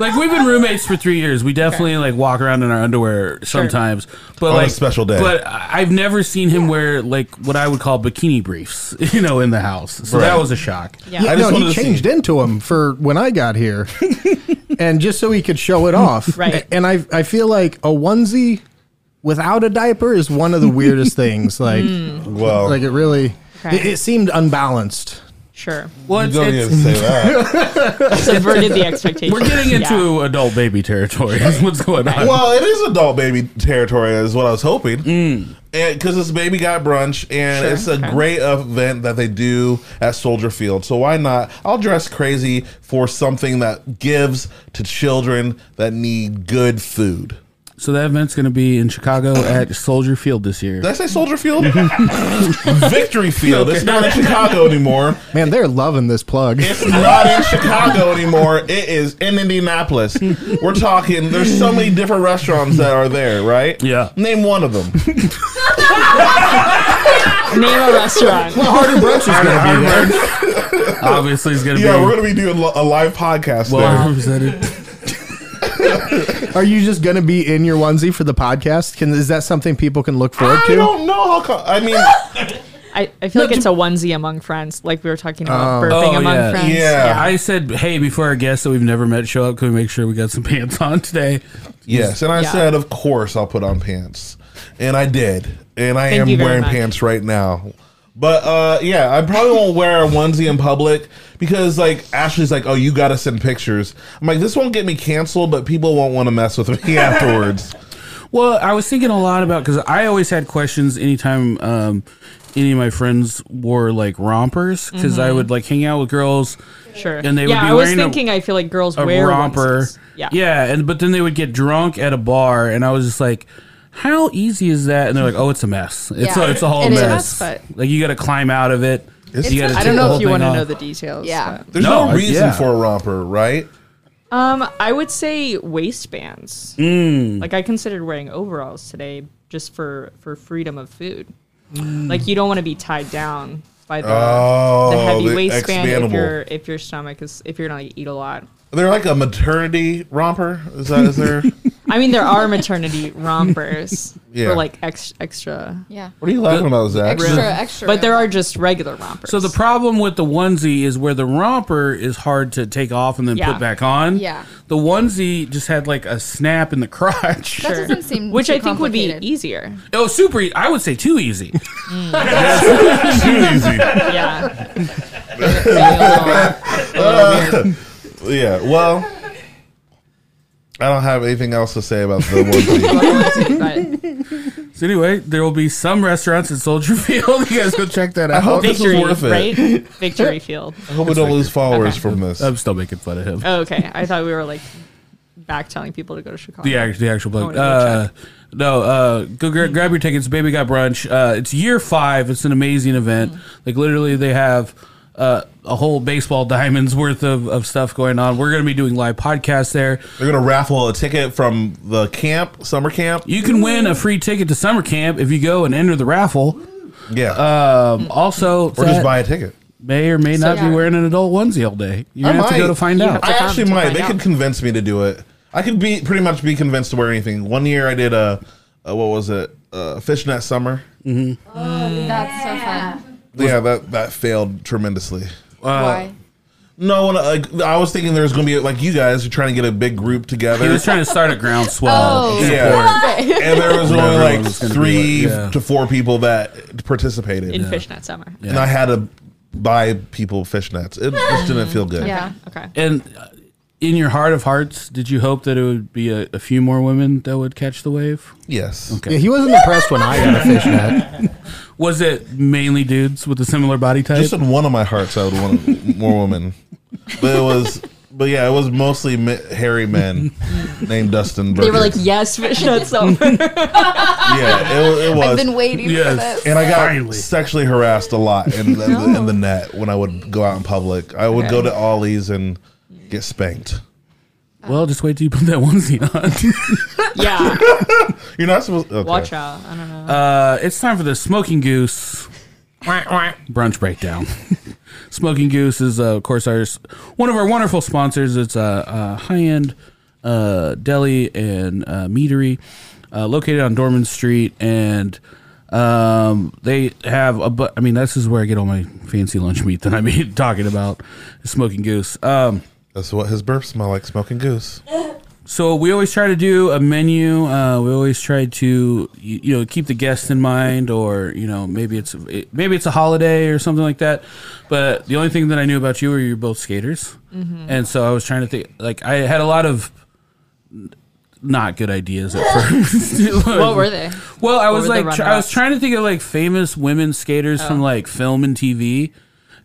like we've been roommates for three years. We definitely like walk around in our underwear sometimes, but
On a
like
special day.
But I- I've never seen him wear like what I would call bikini briefs, you know, in the house. So that
Right.
was a shock.
Yeah.
I just
no,
wanted to
he
see.
changed into him for when I got here, and just so he could show it off.
Right.
And I, I feel like a onesie without a diaper is
Hmm.
one of the weirdest things. Like,
Well,
like it really,
Okay.
it, it seemed unbalanced
Sure.
Well,
You
it's,
don't
it's-
even say that.
Subverted the expectation.
we're getting into adult baby territory. Is what's going on?
well, it is adult baby territory, is what I was hoping. Because it's baby got brunch, and
Sure,
it's a
okay.
great event that they do at Soldier Field. So why not? I'll dress crazy for something that gives to children that need good food.
So that event's going to be in Chicago at Soldier Field this year.
Did I say Soldier Field? Victory Field. It's not in Chicago anymore.
Man, they're loving this plug.
It's not in Chicago anymore. It is in Indianapolis. We're talking. There's so many different restaurants that are there, right?
Yeah.
Name one of them.
Name a restaurant.
Harder brunch is gonna be there.
Obviously, it's going to
Yeah,
be
we're gonna be doing li- a live podcast
well
there.
represented.
Are you just gonna be in your onesie for the podcast? Can is that something people can look forward
I
to?
don't know how. Co- I mean,
I, I feel like it's a onesie among friends, like we were talking about burping
Oh,
among
yeah.
friends.
Yeah.
I said, hey, before our guests that we've never met show up, can we make sure we got some pants on today?
yes, and I
Yeah.
said, of course, I'll put on pants, and I did, and I
Thank you
am
very
wearing
much.
pants right now. But uh, yeah, I probably won't wear a onesie in public because like Ashley's like, oh, you gotta send pictures. I'm like, this won't get me canceled, but people won't want to mess with me afterwards.
Well, I was thinking a lot about because I always had questions anytime um, any of my friends wore like rompers because
Mm-hmm.
I would like hang out with girls
Sure.
And they would
yeah,
be
I was
wearing a-
thinking. I feel like girls
a
wear
romper.
onesies. Yeah.
yeah, and but then they would get drunk at a bar, and I was just like. How easy is that? And they're like, "Oh, it's a mess. It's
Yeah.
a, it's a whole
It is a
mess.
mess,
like you got to climb out of it. you gotta
I
take
don't
the
know
whole
if you
thing
want to
off.
know the details.
Yeah.
There's
No,
no,
I-
reason
yeah.
for a romper, right?
but- Um, I would say waistbands. Like I considered wearing overalls today just for for freedom of food. Like you don't want to be tied down by the, the
Oh,
heavy
the
waistband
expandable.
if your if your stomach is if you're not eat a lot.
They're like a maternity romper. Is that is there?
I mean, there are maternity rompers
Yeah.
for like ex- extra,
Yeah.
what are you laughing about, Zach?
Extra, extra.
but there are just regular rompers.
So the problem with the onesie is where the romper is hard to take off and then
Yeah.
put back on.
Yeah.
The onesie just had like a snap in the crotch.
That doesn't seem
which
too
I think would be
complicated.
easier.
It was super. E- I would say too easy.
Too easy.
Yeah.
Yeah. Well, I don't have anything else to say about the one.
but
so anyway, there will be some restaurants at Soldier Field. You guys go check that
I
out.
hope this was
victory,
worth it.
right? Victory field.
I hope we don't lose followers
Okay.
from this.
I'm still making fun of him.
Oh, okay, I thought we were like back telling people to go to Chicago.
The actual, the actual plug.
wanna go
Uh, no, uh, go gra- grab your tickets. Baby got brunch. Uh, it's year five. It's an amazing event. Like literally, they have uh, a whole baseball diamonds worth of, of stuff going on. We're going to be doing live podcasts there.
They're gonna raffle a ticket from the camp, summer camp.
You can win a free ticket to summer camp if you go and enter the raffle.
Yeah.
Um, also,
or just
that
buy a ticket.
may or may not
yeah.
be wearing an adult onesie all day. You
I
have to
might.
go to find
You
out.
have
I
to
actually
find- to
might.
find
They
out.
could convince me to do it. I could be pretty much be convinced to wear anything. One year I did a, a what was it? Uh, fishnet summer.
That's so fun.
Yeah, that that failed tremendously.
Why?
No, and, like I was thinking there's gonna be like you guys are trying to get a big group
He
together.
was trying to start a groundswell.
Oh.
yeah, and there was only
Everyone
like
was gonna be
three
like, yeah.
to four people that participated,
in fishnet summer.
and I had to buy people fishnets. It just didn't feel good.
Yeah.
Okay.
And uh, in your heart of hearts, did you hope that it would be a, a few more women that would catch the wave?
Yes.
Yeah, he wasn't impressed when I got a fishnet.
Was it mainly dudes with a similar body type?
Just in one of my hearts, I would want more women, but it was. But yeah, it was mostly me- hairy men named Dustin.
They were like,
Burgess.
"Yes, fishnet summer."
yeah, it, wa- it was.
I've been waiting for
Yes.
this.
and I got
Finally.
sexually harassed a lot in the, in the net when I would go out in public. I would go to Ollie's and get spanked.
well, just wait till you put that onesie on.
yeah.
You're not supposed. Okay.
Watch out. I don't know.
Uh, it's time for the Smoking Goose brunch breakdown. Smoking Goose is, uh, of course, our one of our wonderful sponsors. It's a, a high-end uh, deli and uh, meatery uh, located on Dorman Street, and um, they have a. Bu- I mean, this is where I get all my fancy lunch meat that I been talking about. Smoking Goose. Um,
That's what his burp smell like. Smoking goose.
So we always try to do a menu. Uh, we always try to you, you know keep the guests in mind, or you know maybe it's it, maybe it's a holiday or something like that. But the only thing that I knew about you were you're both skaters,
Mm-hmm.
and so I was trying to think. Like I had a lot of n- not good ideas at first.
What were they?
Well, I was
were the
like, tr- I was
runner-ups? Oh.
trying to think of like famous women skaters from like film and TV,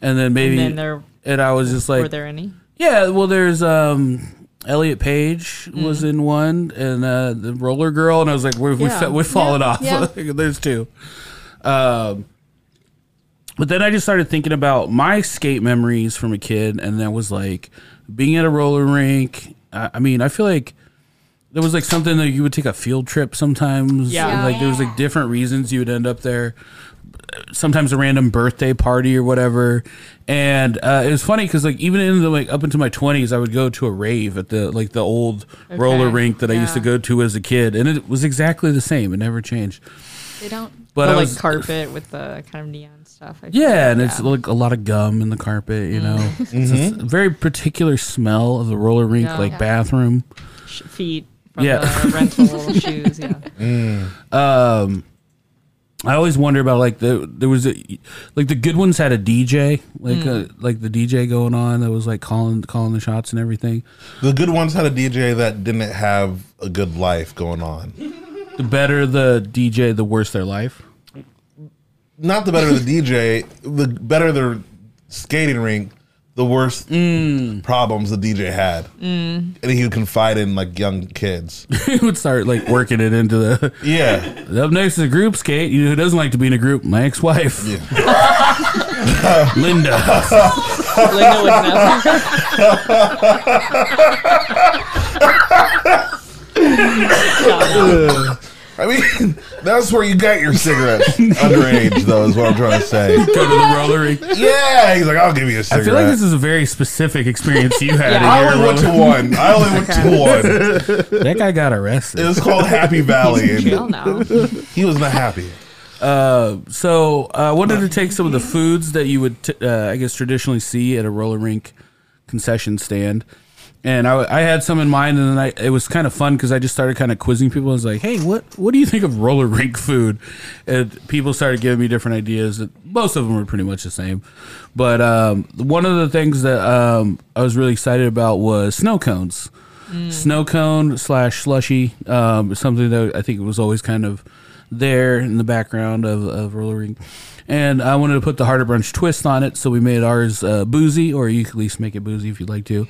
and then maybe
then there-
and I was just
Were
like,
there any?
yeah, well, there's um, Elliot Page
Mm-hmm.
was in one, and uh, the Roller Girl, and I was like, we've
Yeah.
we've, fa- we've fallen
Yeah,
off.
yeah.
there's two. Um, but then I just started thinking about my skate memories from a kid, and that was like being at a roller rink. I, I mean, I feel like there was like something that you would take a field trip sometimes.
Yeah.
and, like there was like different reasons you would end up there. Sometimes a random birthday party or whatever, and uh, it was funny because like even in the like up into my twenties, I would go to a rave at the like the old roller
Okay.
rink that I used to
Yeah.
go to as a kid, and it was exactly the same. It never changed.
They don't.
But
the
I
like
was, uh,
carpet with the kind of neon stuff. I
yeah,
feel
and it's like a lot of gum in the carpet, you know. It's a s- very particular smell of the roller rink,
Mm-hmm. Yeah.
like bathroom.
Sh- feet from
Yeah.
the rental shoes. Yeah,
Um, I always wonder about like the there was a, like the good ones had a DJ, like
Mm.
uh like the DJ going on that was like calling calling the shots and everything.
The good ones had a DJ that didn't have a good life going on.
The better the DJ, the worse their life.
Not the better the DJ, the better their skating rink, the worse problems the DJ had. And he would confide in like young kids.
He would start like working it into the
Yeah.
Up next is a group skate. You know who doesn't like to be in a group? My ex-wife, Linda.
Linda would know.
I mean, that's where you got your cigarettes underage, though, is what I'm trying to say.
Go to the roller rink.
Yeah, he's like, I'll give you a
I
cigarette.
feel like this is a very specific experience you had.
Yeah.
in
I
your
only went to
roller-
one. I only went to one.
that guy got arrested.
It was called Happy Valley,
Jail
and
now.
he was not happy.
So uh, I wanted to take some of the foods that you would, t- uh, I guess, traditionally see at a roller rink concession stand. And I, I had some in mind, and then I, it was kind of fun because I just started kind of quizzing people. I was like, "Hey, what what do you think of roller rink food?" And people started giving me different ideas. That most of them were pretty much the same, but um, one of the things that um, I was really excited about was snow cones snow cone slash slushy um, is something that I think was always kind of there in the background of, of roller rink. And I wanted to put the harder brunch twist on it, so we made ours uh, boozy, or you could at least make it boozy if you'd like to.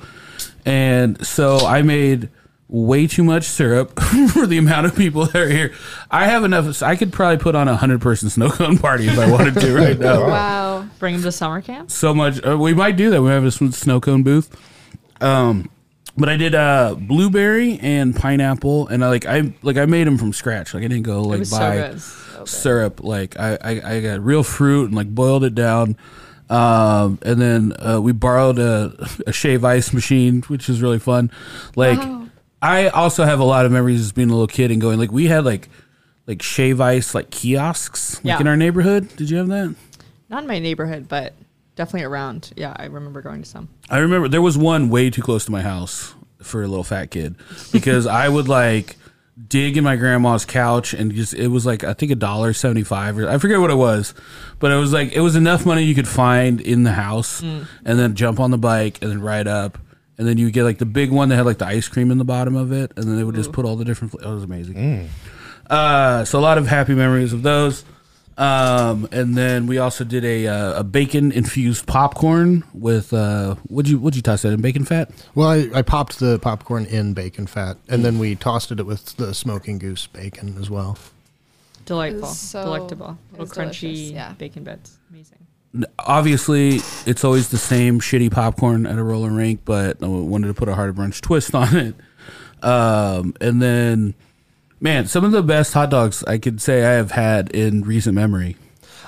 And so I made way too much syrup for the amount of people that are here. I have enough. I could probably put on a hundred person snow cone party if I wanted to right now
Wow.
Bring him to summer camp.
so much. Uh, we might do that. We have a sn- snow cone booth. Um, but I did uh, blueberry and pineapple, and I like I like I made them from scratch. Like I didn't go
It
like
was so
buy
good. So good.
syrup. Like I, I I got real fruit and like boiled it down. Um, and then uh, we borrowed a, a shave ice machine, which is really fun. Like
Oh.
I also have a lot of memories as being a little kid and going like we had like like shave ice like kiosks like
Yeah.
in our neighborhood. Did you have that?
Not in my neighborhood, but definitely around. Yeah, I remember going to some.
I remember there was one way too close to my house for a little fat kid because I would like dig in my grandma's couch and just it was like I think a dollar seventy five or I forget what it was, but it was like it was enough money you could find in the house and then jump on the bike and then ride up. And then you would get like the big one that had like the ice cream in the bottom of it, and then they would just put all the different. Fl- oh, it was amazing. Uh, so a lot of happy memories of those. Um, and then we also did a uh, a bacon infused popcorn with uh, what'd you what'd you toss that in bacon fat?
Well, I, I popped the popcorn in bacon fat, and then we tossed it with the smoking goose bacon as well.
Delightful,
so-
delectable,
it
little
was delicious,
crunchy
yeah.
bacon bits. Amazing.
Obviously, it's always the same shitty popcorn at a roller rink, but I wanted to put a heart of brunch twist on it. Um, and then, man, some of the best hot dogs I could say I have had in recent memory.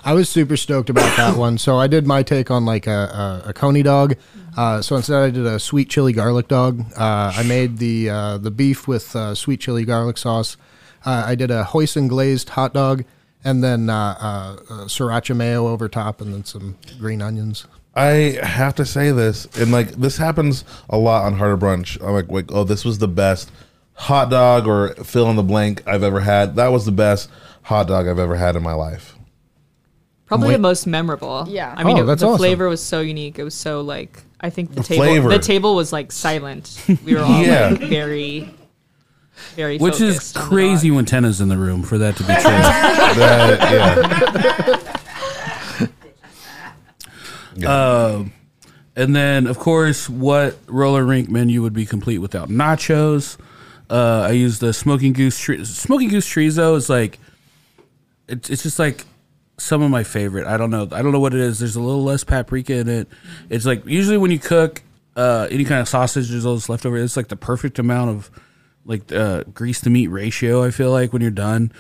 I was super stoked about that one. So I did my take on like a, a, a coney dog. Uh, so instead, I did a sweet chili garlic dog. Uh, I made the uh, the beef with uh, sweet chili garlic sauce. Uh, I did a hoisin glazed hot dog, and then uh, uh, uh, sriracha mayo over top, and then some green onions.
I have to say this, and like this happens a lot on Harder Brunch. I'm like, like, oh, this was the best hot dog or fill in the blank I've ever had. That was the best hot dog I've ever had in my life.
Probably
Wait.
the most memorable.
Yeah.
I mean,
Oh,
it-
that's
the
awesome.
flavor was so unique. It was so like I think the, table
flavor.
the table was like silent. We were all
Yeah.
like, very, very.
Which is
focused on the
crazy
dog.
when Tenna's in the room for that to be true.
That- yeah.
and then, of course, what roller rink menu would be complete without nachos? Uh, I use the smoking goose tre- smoking goose chorizo is like it's it's just like some of my favorite. I don't know. I don't know what it is. There's a little less paprika in it. It's like usually when you cook uh, any kind of sausage, there's all this leftover. It's like the perfect amount of like uh, grease to meat ratio. I feel like when you're done.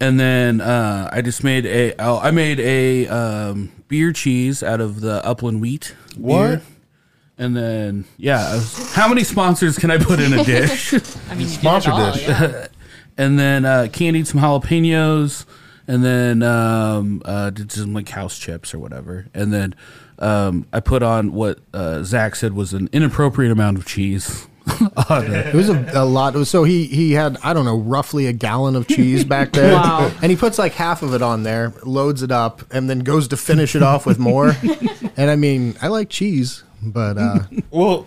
And then uh, I just made a oh, I made a um, beer cheese out of the Upland wheat.
What?
beer. And then yeah, I was- how many sponsors can I put in a dish?
I mean, you did it
Sponsor
all,
dish.
yeah.
and then uh, candied some jalapenos, and then um, uh, did some like house chips or whatever. And then um, I put on what uh, Zach said was an inappropriate amount of cheese. on it.
It was a, a lot. It was- so he he had I don't know roughly a gallon of cheese back there,
Wow.
and he puts like half of it on there, loads it up, and then goes to finish it off with more. and I mean, I like cheese, but uh,
Well,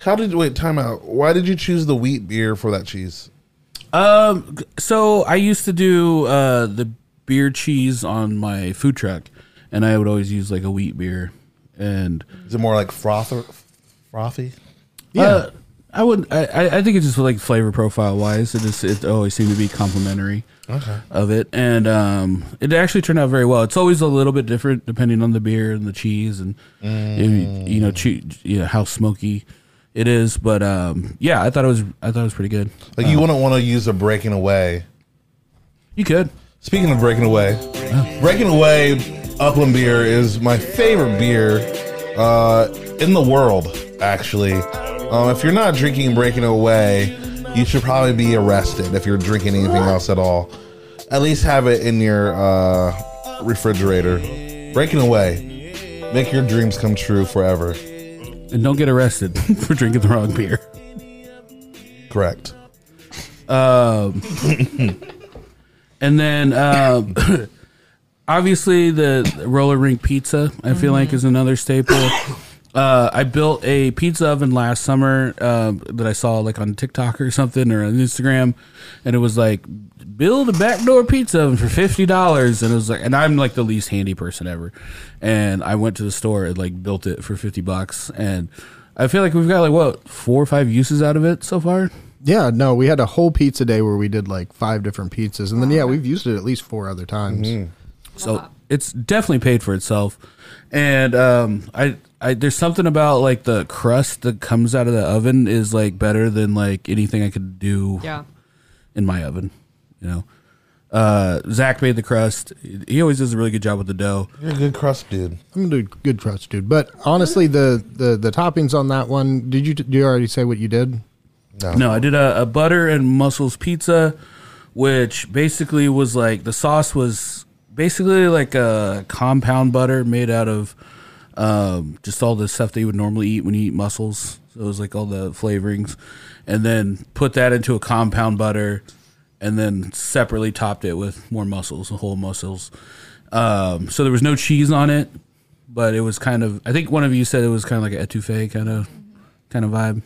how did wait? Time out. Why did you choose the wheat beer for that cheese?
Um, so I used to do uh, the beer cheese on my food truck, and I would always use like a wheat beer, and
Is it more like froth frothy?
yeah. uh, I would. I, I- I think it's just like flavor profile wise. It just it always seemed to be complimentary of it, and um, it actually turned out very well. It's always a little bit different depending on the beer and the cheese, and you, you know, che- you know how smoky it is. But um, yeah, I thought it was. I thought it was pretty good.
Like you wouldn't want to use a breaking away.
You could.
Speaking of breaking away, breaking away Upland beer is my favorite beer uh, in the world. Actually, um, if you're not drinking breaking away, you should probably be arrested if you're drinking anything else at all. At least have it in your uh, refrigerator. Breaking away, make your dreams come true forever.
And don't get arrested for drinking the wrong beer.
Correct.
And then um, obviously the roller rink pizza, I feel like, is another staple. Uh, I built a pizza oven last summer um that I saw like on TikTok or something or on Instagram, and it was like build a backdoor pizza oven for fifty dollars, and it was like, and I'm like the least handy person ever, and I went to the store and like built it for fifty bucks, and I feel like we've got like what four or five uses out of it so far.
yeah, no, we had a whole pizza day where we did like five different pizzas, and then yeah, we've used it at least four other times.
So it's definitely paid for itself. And um, I, I, there's something about like the crust that comes out of the oven is like better than like anything I could do
Yeah.
in my oven. You know, uh, Zach made the crust. He always does a really good job with the dough.
You're a good crust dude.
I'm gonna do good crust, dude. But honestly, the the the toppings on that one, did you did you already say what you did?
No, I did a, a butter and mussels pizza, which basically was like the sauce was basically like a compound butter made out of um, just all the stuff that you would normally eat when you eat mussels. So it was like all the flavorings, and then put that into a compound butter, and then separately topped it with more mussels, whole mussels. Um, so there was no cheese on it, but it was kind of. I think one of you said it was kind of like an etouffee kind of kind of vibe.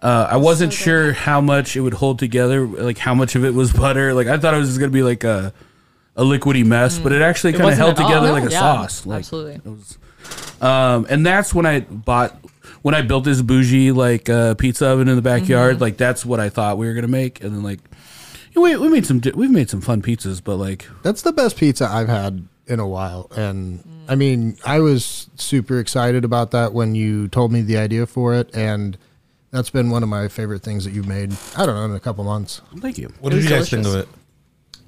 Uh, I wasn't sure how much it would hold together, like how much of it was butter. Like I thought it was just gonna be like a a liquidy mess, but it actually kind of
Mm.
held
wasn't at all.
together
No,
like a
yeah,
sauce. Like,
absolutely.
It was, um, and that's when I bought when I built this bougie like uh, pizza oven in the backyard.
Mm-hmm.
Like that's what I thought we were gonna make, and then like we we made some di- we've made some fun pizzas, but like
That's the best pizza I've had in a while. And I mean, I was super excited about that when you told me the idea for it. And that's been one of my favorite things that you've made, I don't know, in a couple months.
thank you.
What did you guys think of it?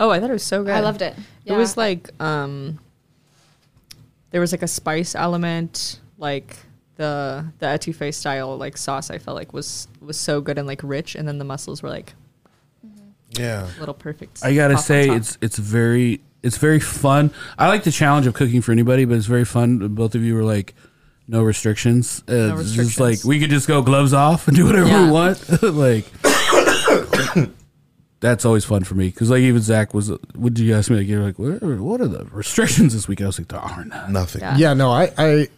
Oh, I thought it was so good.
I loved it.
It was like um there was like a spice element, like the the etouffee style like sauce I felt like was was so good and like rich and then the mussels were like
Yeah.
little perfect.
I gotta
pop on
say,
top.
it's it's very it's very fun. I like the challenge of cooking for anybody, but it's very fun. Both of you were like, no restrictions. Uh,
No
it's just
restrictions.
like we could just go gloves off and do whatever
Yeah.
we want. like, that's always fun for me because like even Zach was. Would you ask me like you're like what are, what are the restrictions this week? I was like there are none.
Nothing.
yeah no i i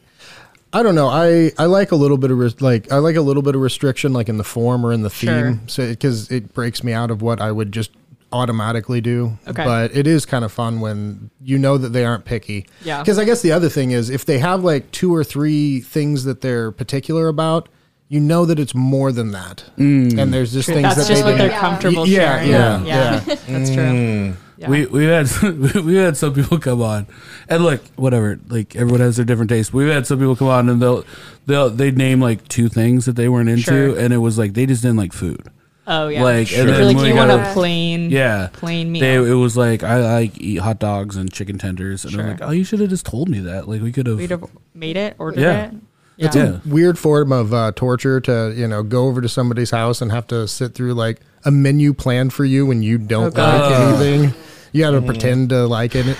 i don't know i i like a little bit of res- like i like a little bit of restriction like in the form or in the
Sure.
theme so because it breaks me out of what i would just automatically do
Okay.
but it is kind of fun when you know that they aren't picky
Yeah.
because i guess the other thing is if they have like two or three things that they're particular about you know that it's more than that and there's just things that
That's just
they
what they're
didn't-
Yeah.
comfortable
Yeah,
sharing.
yeah,
That's true. Yeah.
Mm. We we've had we've had some people come on, and look, whatever. Like everyone has their different tastes. We've had some people come on and they'll they'll they name like two things that they weren't into,
Sure.
and it was like they just didn't like food.
oh yeah.
Like
If
and
you're
then
like
when
you
we
want
got
a plain
yeah
plain meal.
They, it was like I like eat hot dogs and chicken tenders, and
Sure.
I'm like, oh, you should have just told me that. Like we could
We'd
have.
have made it, ordered
Yeah.
it.
it's
Yeah.
a weird form of uh, torture to you know go over to somebody's house and have to sit through like a menu planned for you when you don't
Oh,
like
God.
anything. You got to pretend to like it.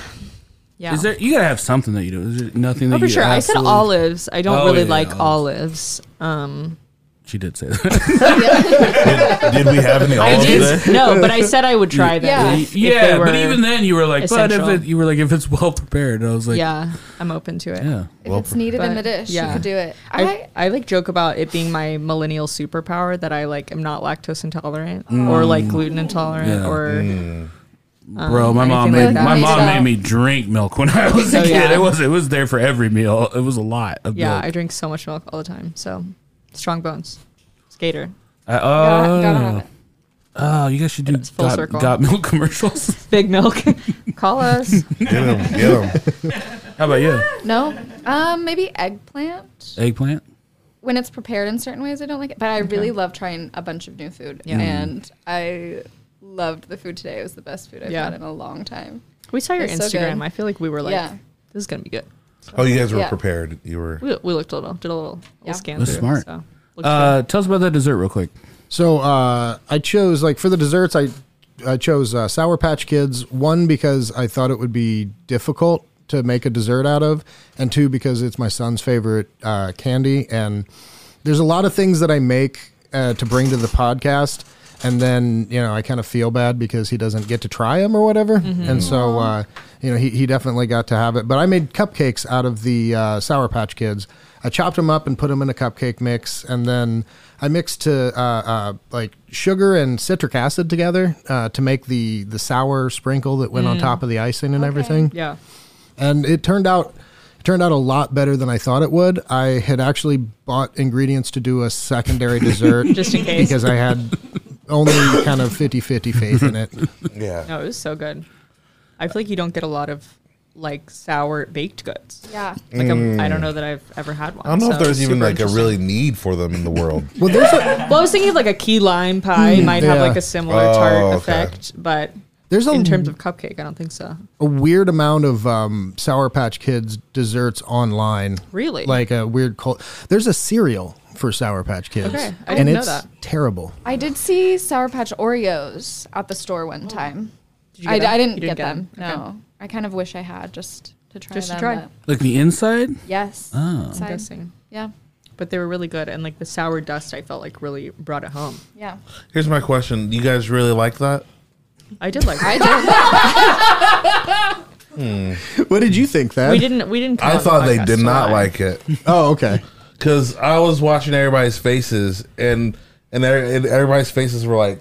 Yeah.
Is there? You gotta have something that you do. Is there nothing that
Oh,
you
for sure. I said
absolutely-
olives. I don't
Oh,
really
yeah,
like
yeah,
olives. Um,
She did say that.
Did, did we have any
I
olives today?
just, Um, no, but I said I would try them.
Yeah.
if they
yeah,
were-
but even then, you were like, but if
essential.
it, you were like, if it's well prepared, and I was like,
yeah, I'm open to it.
yeah.
If it's needed in the
But,
dish,
yeah.
you could do it. I,
I, I like joke about it being my millennial superpower that I like am not lactose intolerant or like gluten
Mm.
intolerant
Yeah. Mm.
or um,
Bro, my
anything
mom
like
made
that.
my
Made
mom
it
made
up.
me drink milk when I was a
Oh,
kid.
yeah.
It was it was there for every meal. It was a lot of
yeah, I
milk.
drink so much milk all the time. So strong bones, skater,
I,
gotta, gotta have
oh,
it.
Uh, oh, you guys should do
It's full
got,
circle.
got milk commercials.
big milk. Call us.
Get them. Get them.
How about you?
No, um, maybe eggplant.
Eggplant.
When it's prepared in certain ways, I don't like it. But I really love trying a bunch of new food.
Yeah.
And I loved the food today. It was the best food I've
Yeah.
had in a long time.
We saw your
It's so
Instagram.
good.
I feel like we were like,
Yeah.
this is gonna be good.
Oh, you guys were
Yeah.
prepared. You were.
We, we looked a little, did a little,
Yeah.
little scan.
That's
through,
smart.
So. looked
Uh, tell us about that dessert real quick.
So uh, I chose like for the desserts, I I chose uh, Sour Patch Kids. One because I thought it would be difficult to make a dessert out of, and two because it's my son's favorite uh, candy. And there's a lot of things that I make uh, to bring to the podcast, and then you know I kind of feel bad because he doesn't get to try them or whatever.
Mm-hmm.
And so uh, you know he he definitely got to have it. But I made cupcakes out of the uh, Sour Patch Kids. I chopped them up and put them in a cupcake mix, and then I mixed to uh, uh, like sugar and citric acid together uh, to make the the sour sprinkle that went on top of the icing and everything.
Mm. Yeah.
And it turned out it turned out a lot better than I thought it would. I had actually bought ingredients to do a secondary dessert
Just in case.
because I had only kind of 50-50 faith in it.
Yeah.
No, it was so good. I feel like you don't get a lot of like sour baked goods.
Yeah.
Like I'm, I don't know that I've ever had one.
I don't know
so
if there's even
super
like a
interesting.
really need for them in the world.
Well, there's a,
Well, I was thinking of like a key lime pie might have
yeah. Um,
like a similar tart
okay.
effect, but
there's a
in terms of cupcake, I don't think so.
a weird amount of um, Sour Patch Kids desserts online.
Really?
Like a weird cult. There's a cereal for Sour Patch Kids.
Okay, I
and
didn't know
it's
that.
terrible.
I did see Sour Patch Oreos at the store one time.
Oh. you
I,
get them?
I didn't,
You didn't
get,
get
them.
them. Okay.
No. I kind of wish I had just to try
Just to
them,
try.
but-
Like the inside.
Yes.
Oh.
Side-
Guessing.
Yeah.
But they were really good, and like the sour dust, I felt like really brought it home.
Yeah.
Here's my question: You guys really like that?
I did like.
I
it.
did.
What did you think, that?
we didn't. We didn't. come
I
on the
thought they
podcast
did
to
not
lie.
like it
Oh, okay.
because I was watching everybody's faces and and, their- and everybody's faces were like,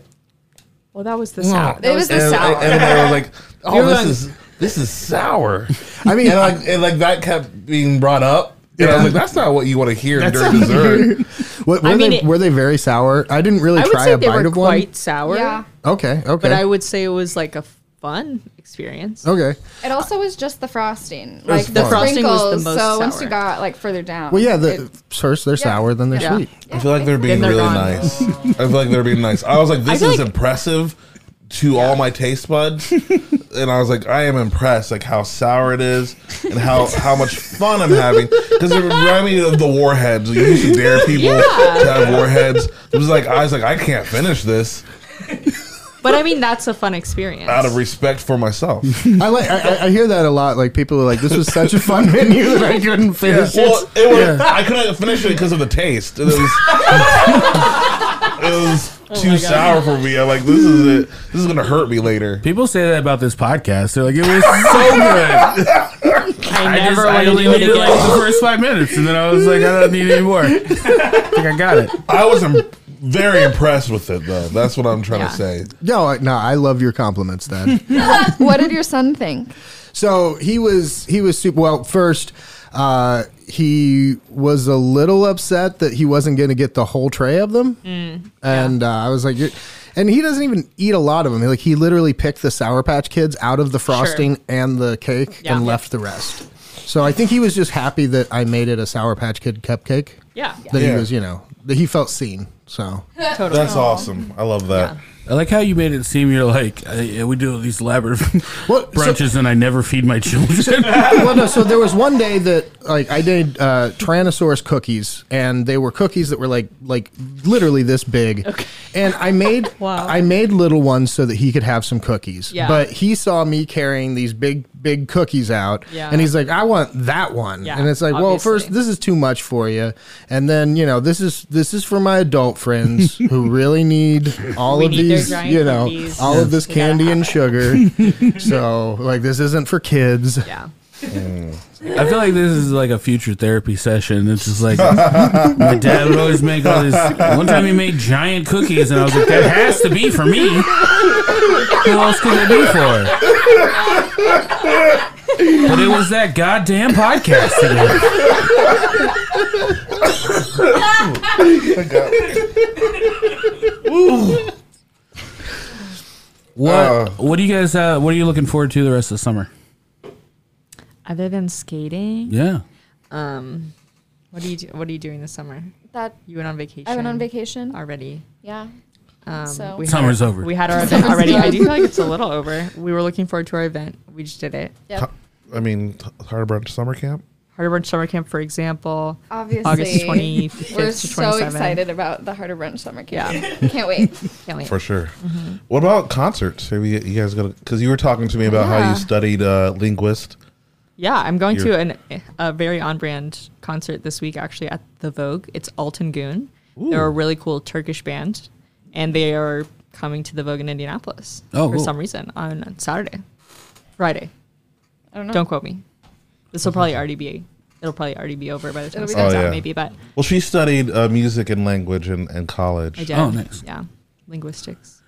Well, that was the sour.
It was the
and,
sour.
and they were like, oh,
You're
this
like-
is this is sour.
I mean,
and like and like that kept being brought up. And I was like, that's not what you want to hear during dessert.
What, were,
I mean,
they,
it-
were they very sour? I didn't really
I would
try
say
a
they
bite
were
of one.
quite sour.
Yeah.
Okay, okay.
But I would say it was like a fun experience.
okay.
It also was just the frosting, like
fun.
the
The
frosting was the
sprinkles.
most
so once you
sour.
got like further down,
Well, yeah, the,
it-
first they're sour, then they're
Yeah.
sweet.
I feel like they're being
they're
really
gone.
nice. I feel like they're being nice. I was like, this
feel
is
like-
impressive to all my taste buds. and I was like, I am impressed, like how sour it is and how, how much fun I'm having. Because it reminded me of the warheads. Like, you used to dare people to have warheads. It was like, I was like, I can't finish this.
But I mean, that's a fun experience.
out of respect for myself.
I like. I, I- I hear that a lot. Like people are like, "This was such a fun menu that I couldn't finish it."
Well, it was, I couldn't finish it because of the taste. It was,
Oh
it was too sour for me. I'm like, this is it. This is gonna hurt me later.
People say that about this podcast. They're like, it was so good.
I
I just
never
I
want to
only
do it
needed like
again.
the first five minutes, and then I was like, I don't need any more. I think I got it.
I was im- very impressed with it, though. That's what I'm trying
Yeah.
to say.
No, I, no, I love your compliments, Dad.
what did your son think?
So he was he was super well. First, uh, he was a little upset that he wasn't going to get the whole tray of them, and uh, I was like, You're, and he doesn't even eat a lot of them. Like he literally picked the Sour Patch Kids out of the frosting and the cake
Yeah.
and left the rest. So I think he was just happy that I made it a Sour Patch Kid cupcake.
Yeah,
That he
Yeah.
was, you know, that he felt seen. So
totally.
That's awesome. I love that.
I like how you made it seem you're like I, yeah, we do all these elaborate
What- so-
brunches, and I never feed my children.
well, no. So there was one day that like I did uh, Tyrannosaurus cookies, and they were cookies that were like like literally this big. And I made
Wow.
I made little ones so that he could have some cookies.
Yeah.
But he saw me carrying these big big cookies out,
Yeah.
and he's like, "I want that one."
Yeah,
and it's like, "Well, first
obviously.
this is too much for you, and then you know this is this is for my adult friends who really need all
We
of
need their
these,
giant
you know,
cookies.
all of this
We gotta
candy
have
and
it.
sugar." so like this isn't for kids.
Yeah.
I feel like this is like a future therapy session. It's just like my dad would always make all these. One time he made giant cookies, and I was like, that has to be for me. Who else could it be for? But it was that goddamn podcast today. What?
Uh.
what do you guys? Uh, what are you looking forward to the rest of the summer?
Other than skating,
Yeah.
um, what do you do, what are you doing this summer?
That
You went on vacation.
I went on vacation.
already.
Yeah.
Um,
So-
we
Summer's
had,
over.
We had our event already. I do feel like it's a little over. We were looking forward to our event. We just did it.
Yep.
I mean, t- hard brunch summer camp.
Harder Brunch Summer Camp, for example,
Obviously.
August 25th
We're
to 27th.
so excited about the Harder Brunch summer camp. Can't wait.
Can't wait.
For sure.
Mm-hmm.
What about concerts? Have you, you guys got? Because you were talking to me about how
Yeah.
you studied uh, linguist.
Yeah, I'm going to
You're-
an, a very on brand concert this week, actually, at the Vogue. It's Altan Goon. They're a really cool Turkish band, and they are coming to the Vogue in Indianapolis
Oh,
for
cool.
some reason on Saturday, Friday.
I don't know.
Don't quote me. This will probably already be. It'll probably already be over by the time
It'll
this
be
comes
done.
out,
Oh, yeah.
maybe. But
Well, she studied uh, music and language in, in college.
I did.
Oh, nice.
Yeah, linguistics.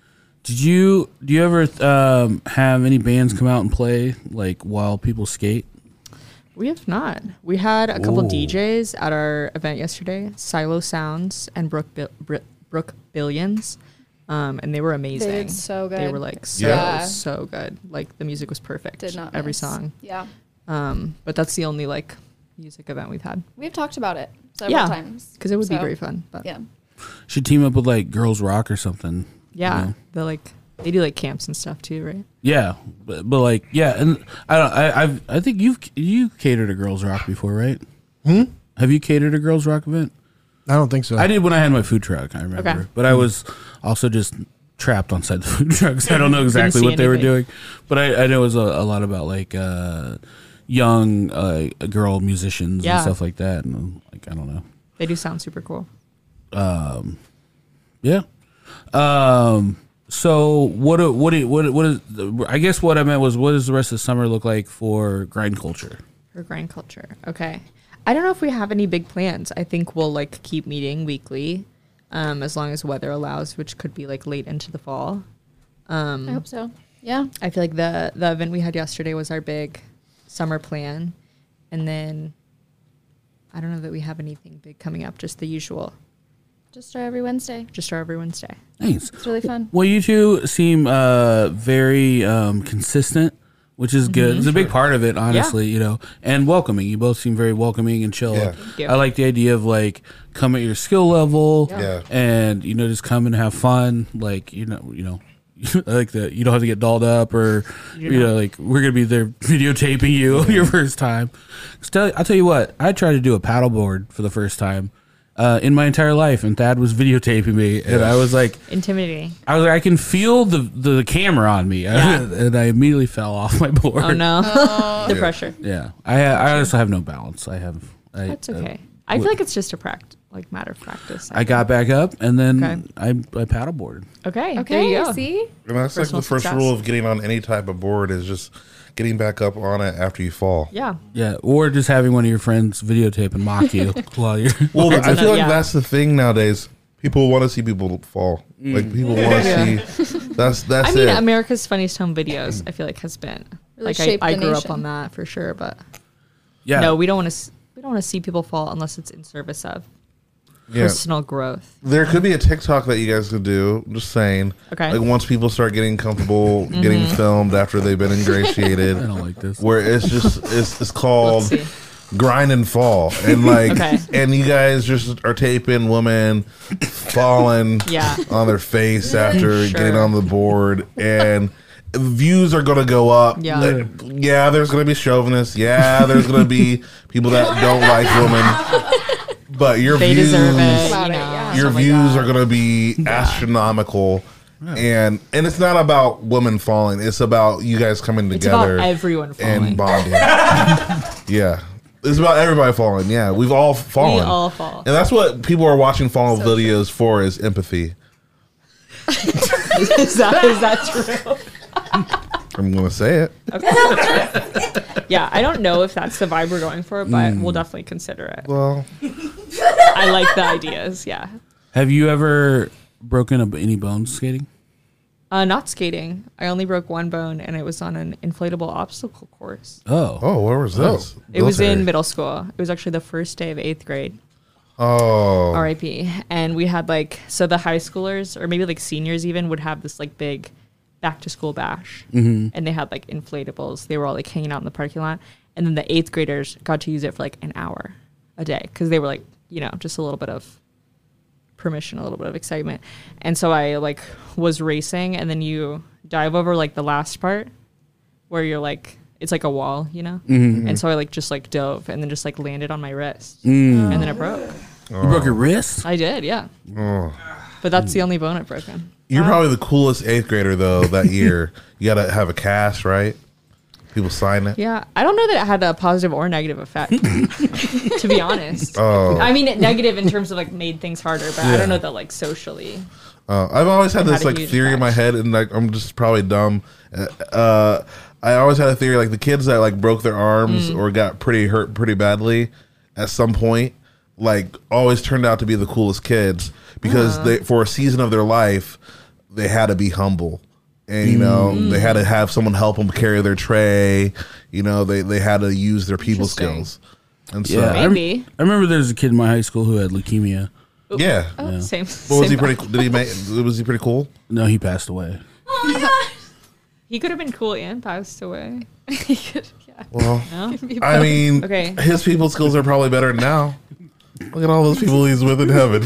Did you do you ever um, have any bands come out and play like while people skate?
We have not. We had a couple
Ooh.
DJs at our event yesterday, Silo Sounds and Brook Bil- Br- Brook Billions, um, and they were amazing.
did so
They were
good.
like so
Yeah.
so good. Like the music was perfect.
Did not
every
miss.
song.
Yeah.
Um, but that's the only like music event we've had.
We've talked about it several
yeah,
times.
because it would be
So,
very fun. But yeah,
Yeah.
Should team up with like Girls Rock or something.
they're like they do like camps and stuff too, right?
Yeah, but, but like yeah, and I don't. I I've, I think you've you catered a Girls Rock before, right? Hmm. Have you catered a Girls Rock event?
I don't think so.
I did when I had my food truck. I remember,
Okay.
but I was also just trapped inside the food trucks. I don't know exactly
see
what they were
anything.
doing, but I, I know it was a, a lot about like uh, young uh, girl musicians
Yeah.
and stuff like that, and like I don't know.
They do sound super cool.
Yeah. Um. So what? do- What? do- What? What is? I guess what I meant was, what does the rest of the summer look like for grind culture?
For grind culture. Okay. I don't know if we have any big plans. I think we'll like keep meeting weekly, um, as long as weather allows, which could be like late into the fall. Um,
I hope so. Yeah.
I feel like the the event we had yesterday was our big summer plan, and then I don't know that we have anything big coming up. Just the usual,
Just try every Wednesday.
just our every Wednesday.
Thanks.
It's really fun.
Well, you two seem uh, very um, consistent, which is good. It's a big part of it, honestly. You know, and welcoming. You both seem very welcoming and chill.
Yeah.
you.
I like the idea of like come at your skill level,
Yeah.
and you know just come and have fun. Like you know, you know. I like that you don't have to get dolled up or you know like we're gonna be there videotaping you your first time. 'Cause tell- I'll tell you what I tried to do a paddleboard for the first time uh, in my entire life, and Thad was videotaping me, and I was like,
Intimidating.
I was like, I can feel the the camera on me, and I immediately fell off my board.
Oh no, the pressure.
Yeah, I I also have no balance. I have. I,
That's
I-
okay. I feel like it's just a practice, like matter of practice.
I got back up and then
Okay.
I I paddleboarded.
okay.
Okay,
there you go.
see?
And that's
Personal
like the first
success.
rule of getting on any type of board is just getting back up on it after you fall.
Yeah.
Yeah, or just having one of your friends videotape and mock you while you're.
Well, I feel like
yeah.
that's the thing nowadays. People want to see people fall. Like people want to see. That's that's
I mean,
it.
America's Funniest Home Videos, I feel like, has been
Really
like
shaped
I, I
the
grew up
nation.
on that for sure. But
Yeah,
no, we don't want to. We don't want to see people fall unless it's in service of
Yeah.
personal growth.
There could be a TikTok that you guys could do. Just saying.
Okay. Mm-hmm.
Like once people start getting comfortable, getting filmed after they've been ingratiated.
I don't like this.
where it's just it's, it's
Let's
called
see.
grind and fall and like
Okay.
and you guys just are taping women falling
Yeah.
on their face after
Sure.
getting on the board and views are gonna go up
Yeah.
Like, yeah there's gonna be chauvinists yeah there's gonna be people that don't like women but your
They
views
deserve it. You know.
About it, yeah.
oh
your views are going to be astronomical and and it's not about women falling it's about you guys coming
It's about
together
everyone falling.
and bonding yeah it's about everybody falling yeah we've all fallen
we all fall.
and that's what people are watching fall videos for is empathy
is, that, is that true?
i'm going to say it
Yeah, I don't know if that's the vibe we're going for, but we'll definitely consider it.
Hmm. well
I like the ideas. Yeah.
Have you ever broken up any bones skating?
Uh, not skating. I only broke one bone, and it was on an inflatable obstacle course.
Oh,
oh where was this
It was in
Military.
middle school. It was actually the first day of eighth grade.
oh
RIP. And we had like, so the high schoolers or maybe like seniors even would have this like big back to school bash. And they had like inflatables. They were all like hanging out in the parking lot. And then the eighth graders got to use it for like an hour a day because they were like, you know, just a little bit of permission, a little bit of excitement. And so I like was racing and then you dive over like the last part where you're like, it's like a wall, you know? And so I like just like dove and then just like landed on my wrist and then it broke.
you broke your wrist.
I did, yeah. But that's the only bone I've broken.
You're probably the coolest eighth grader though that year. you gotta have a cast, right? People sign it.
Yeah, I don't know that it had a positive or negative effect, to be honest. I mean, it negative in terms of like made things harder, but I don't know that like socially.
Uh, I've always had
It had
this
a
like
huge
theory in my head,
effect.
and like I'm just probably dumb. Uh, Uh, I always had a theory like the kids that like broke their arms
Mm.
or got pretty hurt pretty badly at some point, like always turned out to be the coolest kids because
Uh-huh.
they for a season of their life they had to be humble. And you know
Mm.
they had to have someone help them carry their tray. You know they, they had to use their people
Interesting.
skills. And so
Yeah, I, rem-
Maybe.
I remember there was a kid in my high school who had leukemia.
Yeah.
Same.
But was
oh, same
he
bone.
pretty? Cool? Did he make? Was he pretty cool?
No, he passed away.
He could have been cool and passed away.
Well,
No?
I mean,
Okay.
his people skills are probably better now. Look at all those people he's with in heaven.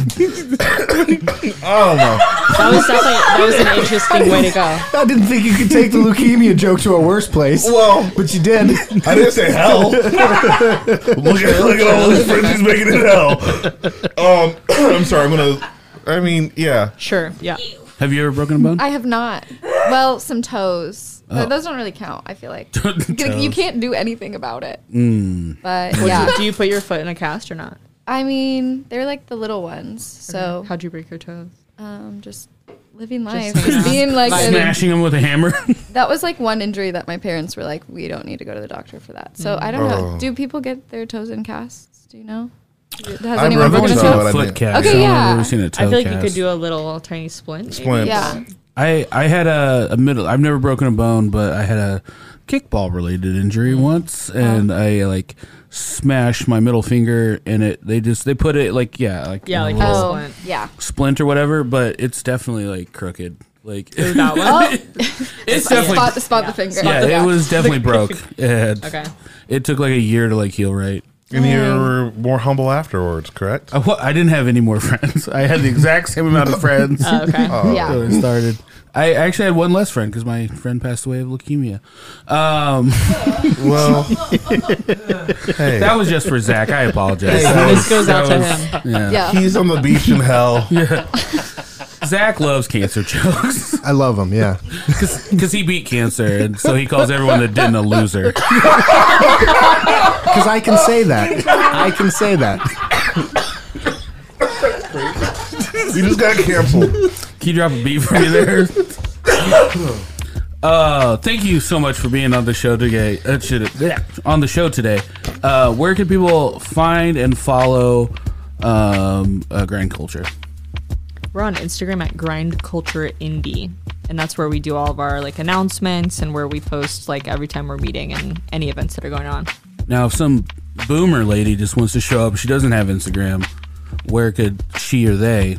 I
That was definitely that was an interesting way to go.
I didn't think you could take the leukemia joke to a worse place.
Well-
but you did.
don't know. I didn't say hell. look at look at all his friends he's making in hell. Um, I'm sorry. I'm gonna. I mean, yeah.
Sure. Yeah.
Have you ever broken a bone?
I have not. Well, some toes. Th- Those don't really count, I feel like. You- you can't do anything about it. But yeah.
Do you put your foot in a cast or not?
I mean, they're like the little ones. So
How'd you break your toes?
um, just living life. Just, being like, a-
Smashing him with a hammer.
that was like one injury that my parents were like, we don't need to go to the doctor for that. So I don't know. Do people get their toes in casts? Do you know? Has
I
anyone
broke
broken a
my
toe?
toe. I
Foot
did.
cast.
Okay,
I don't know if
yeah.
I've ever seen a toe
I feel like you
cast.
could do a little tiny splint. maybe.
Splints.
Yeah.
I I had a, a middle. I've never broken a bone, but I had a kickball related injury
Mm-hmm.
once,
Oh.
and I like smashed my middle finger, and it they just they put it like yeah like
Yeah,
a
like
little
that.
Oh,
Splint.
yeah.
splint or whatever, but it's definitely like crooked. Like
That one.
it's
Oh, Spot,
definitely
spot the finger.
yeah, it was definitely broke. And
Okay.
It took like a year to like heal right.
And you were more humble afterwards, correct?
I, wa- I didn't have any more friends. I had the exact same amount of friends.
Oh, okay.
when
yeah.
it started. I actually had one less friend because my friend passed away of leukemia. Um,
Well, hey,
that was just for Zach. I apologize.
This goes out to him.
Yeah.
he's on the beach in hell.
Zach loves cancer jokes
I love him. Yeah.
because he beat cancer, and so he calls everyone that didn't a loser.
Because I can say that. I can say that.
You just got canceled.
Can you drop a beat for me there? Uh, thank you so much for being on the show today. Uh, should- yeah, on the show today. Uh, where can people find and follow um, uh, Grind Culture?
We're on Instagram at Grind Culture Indie, and that's where we do all of our like announcements and where we post like every time we're meeting and any events that are going on.
Now, if some boomer lady just wants to show up, she doesn't have Instagram. Where could she or they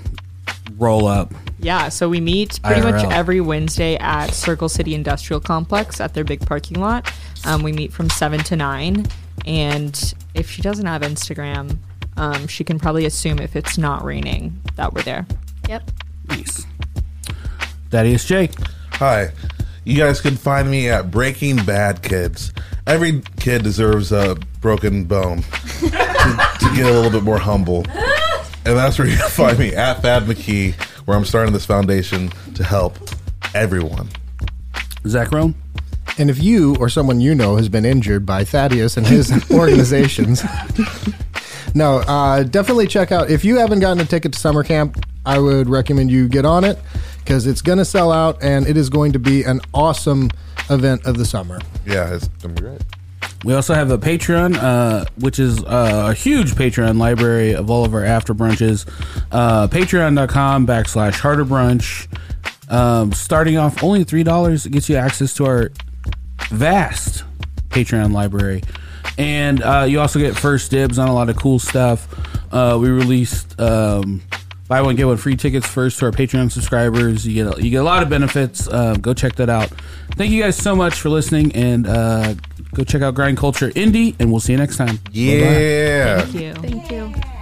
roll up?
Yeah, so we meet pretty much
IRL.
every Wednesday at Circle City Industrial Complex at their big parking lot. Um, we meet from 7 to 9. And if she doesn't have Instagram, um, she can probably assume if it's not raining that we're there.
Yep.
Nice. That is Jake.
Hi. You guys can find me at Breaking Bad Kids. Every kid deserves a broken bone to, to get a little bit more humble. And that's where you can find me at Fad McKee, where I'm starting this foundation to help everyone.
Zach Rome.
And if you or someone you know has been injured by Thaddeus and his organizations, no, uh, definitely check out. If you haven't gotten a ticket to summer camp, I would recommend you get on it because it's going to sell out and it is going to be an awesome event of the summer.
Yeah, it's gonna be great.
We also have a Patreon, uh, which is uh, a huge Patreon library of all of our after brunches. Uh, Patreon.com backslash harder brunch. Um, starting off only $3 gets you access to our vast Patreon library. And uh, you also get first dibs on a lot of cool stuff. Uh, we released um, buy one get one free tickets first to our Patreon subscribers. You get a, you get a lot of benefits. Uh, go check that out. Thank you guys so much for listening, and uh, go check out Grind Culture Indie. And we'll see you next time.
Yeah.
Thank you.
Thank you.